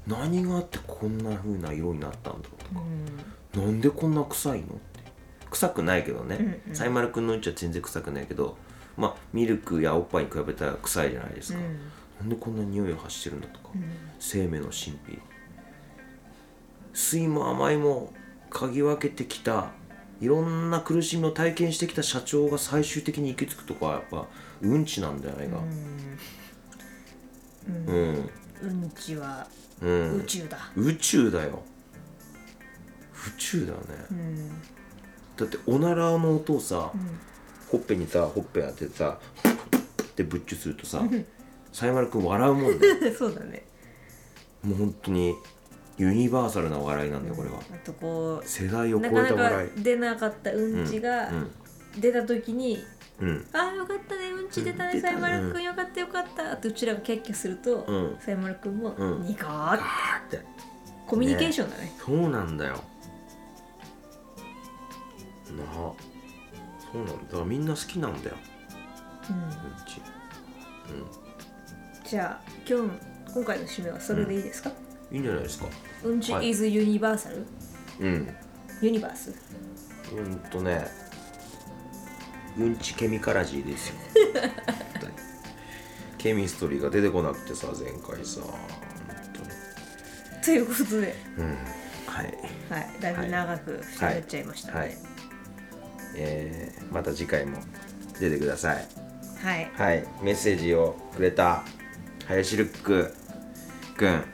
B: 何があってこんな風な色になったんだろうとか、なんでこんな臭いのって臭くないけどねさいまるくんのうちは全然臭くないけどまあミルクやおっぱいに比べたら臭いじゃないですか、なんでこんな匂いを発してるんだとか、生命の神秘酸いも甘いも嗅ぎ分けてきたいろんな苦しみを体験してきた社長が最終的に行き着くとこはやっぱうんちなんじゃないかうん
C: うんちは
B: うん、
C: 宇宙だ、
B: 宇宙だよ宇宙だよね、だっておならの音をさ、ほっぺにさほっぺ当ててさってぶっちゅするとささやまるくん笑うもんね
C: そうだね
B: もう本当にユニバーサルな笑いなんだよこれは、
C: あとこ
B: 世代を
C: う
B: 超
C: な
B: え
C: か
B: た
C: なか
B: 笑い
C: 出なかったうんちが出た時
B: う
C: に、
B: んうん
C: あーよかったねうんち出たねさいまるくんよかったよかったってうちらがキャッキャすると
B: うん
C: さいまるくんも
B: うん
C: ニカーって
B: あーって
C: コミュニケーションだね
B: そうなんだよなあそうなんだだからみんな好きなんだよ
C: う
B: う
C: ん
B: んち
C: じゃあ今日今回の締めはそれでいいですか、
B: いいんじゃないですか
C: うん、ち
B: はい
C: is universal
B: うん
C: ユニバース
B: うんとねうんちケミカラジー ですよ本当にケミストリーが出てこなくてさ前回さ本当に
C: ということで、
B: うんはい
C: はい、だいぶ長く喋っちゃいましたね、
B: はいえーまた次回も出てください
C: はい、
B: はいメッセージをくれた林ルックくん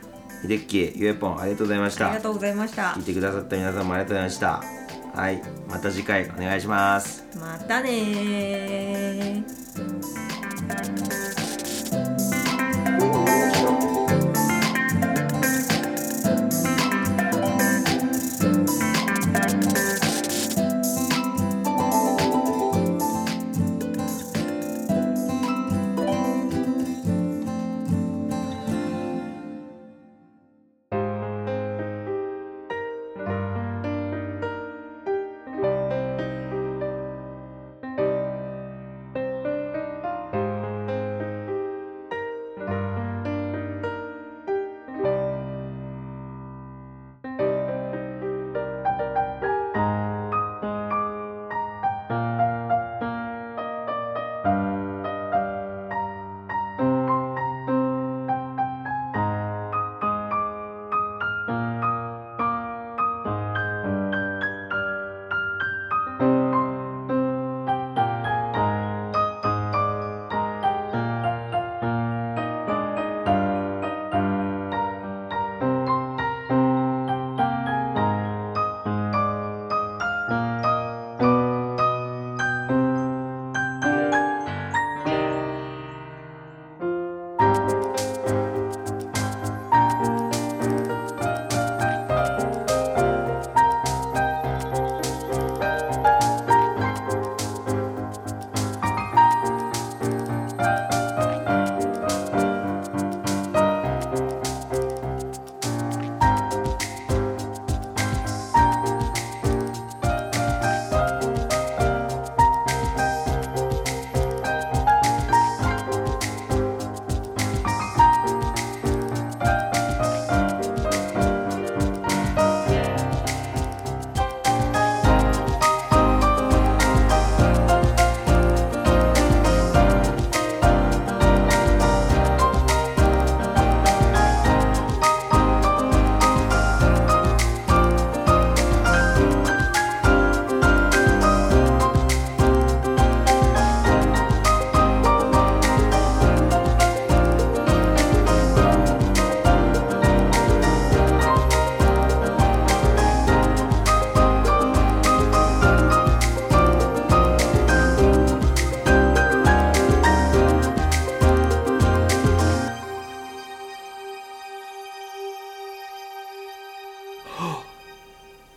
B: 秀樹ゆえぽんありがとうございまし
C: あ
B: た
C: りがとうございました
B: 聞いてくださった皆さんもありがとうございましたはいまた次回お願いします
C: またねー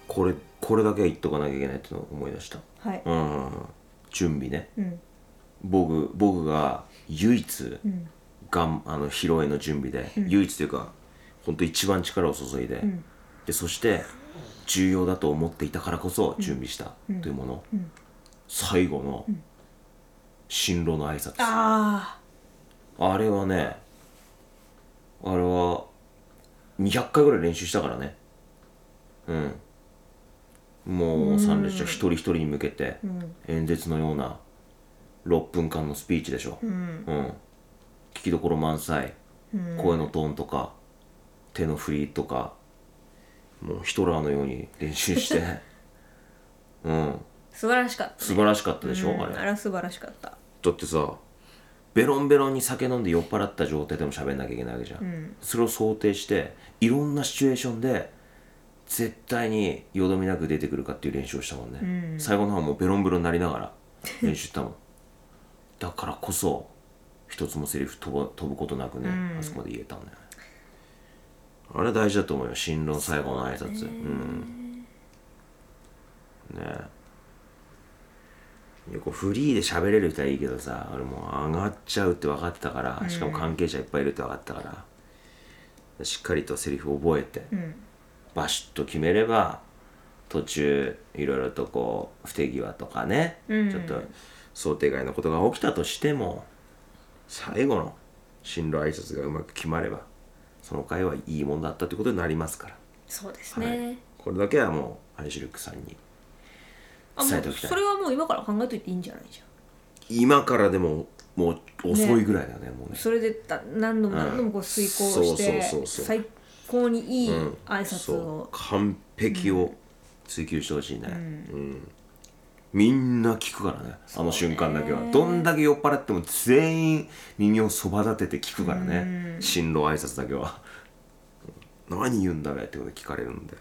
B: けは言っとかなきゃいけないっていうのを思い出した
C: はい
B: うんうんうん準備ね
C: うん
B: 僕僕が唯一
C: うん
B: がんあの披露宴の準備で、唯一というか本当一番力を注いで,、
C: ん
B: でそして重要だと思っていたからこそ準備したというもの、最後の新郎の挨拶、
C: あ
B: あれはねあれは200回ぐらい練習したからねうんもう参列者一人一人に向けて演説のような6分間のスピーチでしょ、うん聞きどころ満載、声のトーンとか手の振りとかもうヒトラーのように練習して うん
C: ー素晴らしかった
B: 素晴らしかったでしょ、
C: うん
B: あれ
C: あれは素晴らしかった
B: だってさベロンベロンに酒飲んで酔っ払った状態でも喋んなきゃいけないわけじゃん、それを想定していろんなシチュエーションで絶対によどみなく出てくるかっていう練習をしたもんね、最後の方はもうベロンベロンになりながら練習したもんだからこそ一つもセリフ飛ぶ飛ぶことなくね、あそこまで言えたんだよねあれ大事だと思うよ新郎最後の挨拶うんねえいやこうフリーで喋れる人はいいけどさ俺もう上がっちゃうって分かってたからしかも関係者いっぱいいるって分かったから、しっかりとセリフを覚えて、バシッと決めれば途中いろいろとこう不手際とかね、ちょっと想定外のことが起きたとしても最後の進路挨拶がうまく決まればその回はいいもんだったってことになりますから、
C: そうです
B: はい
C: ね
B: これだけはもうアイシルクさんに
C: あも
B: 伝えてお
C: う
B: きたい
C: それはもう今から考えといていいんじゃないじゃん
B: 今からでももう遅いぐらいだよねもうね
C: それでだ何度も何度もこう遂行して
B: そうそうそうそう
C: 最高にいい挨拶
B: そう
C: を
B: 完璧を追求してほしいね、うんみんな聞くからねあの瞬間だけはどんだけ酔っ払っても全員耳をそば立てて聞くからね、新郎挨拶だけは 何言うんだべってことで聞かれるんで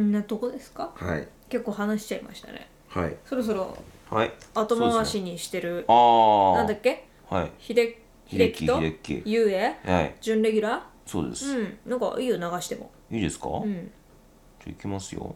C: んなとこですか
B: はい
C: 結構話しちゃいましたね
B: はい
C: そろそろ
B: はい
C: 後回
B: そうですね
C: しにしてる
B: ああ
C: なんだっけ
B: はい
C: 秀秀樹と
B: 秀樹秀樹
C: ゆうえ
B: はい
C: 準レギュラ
B: そうです、
C: ーうんなんかいいよ流しても
B: いいですか、
C: うん
B: じゃあ行きますよ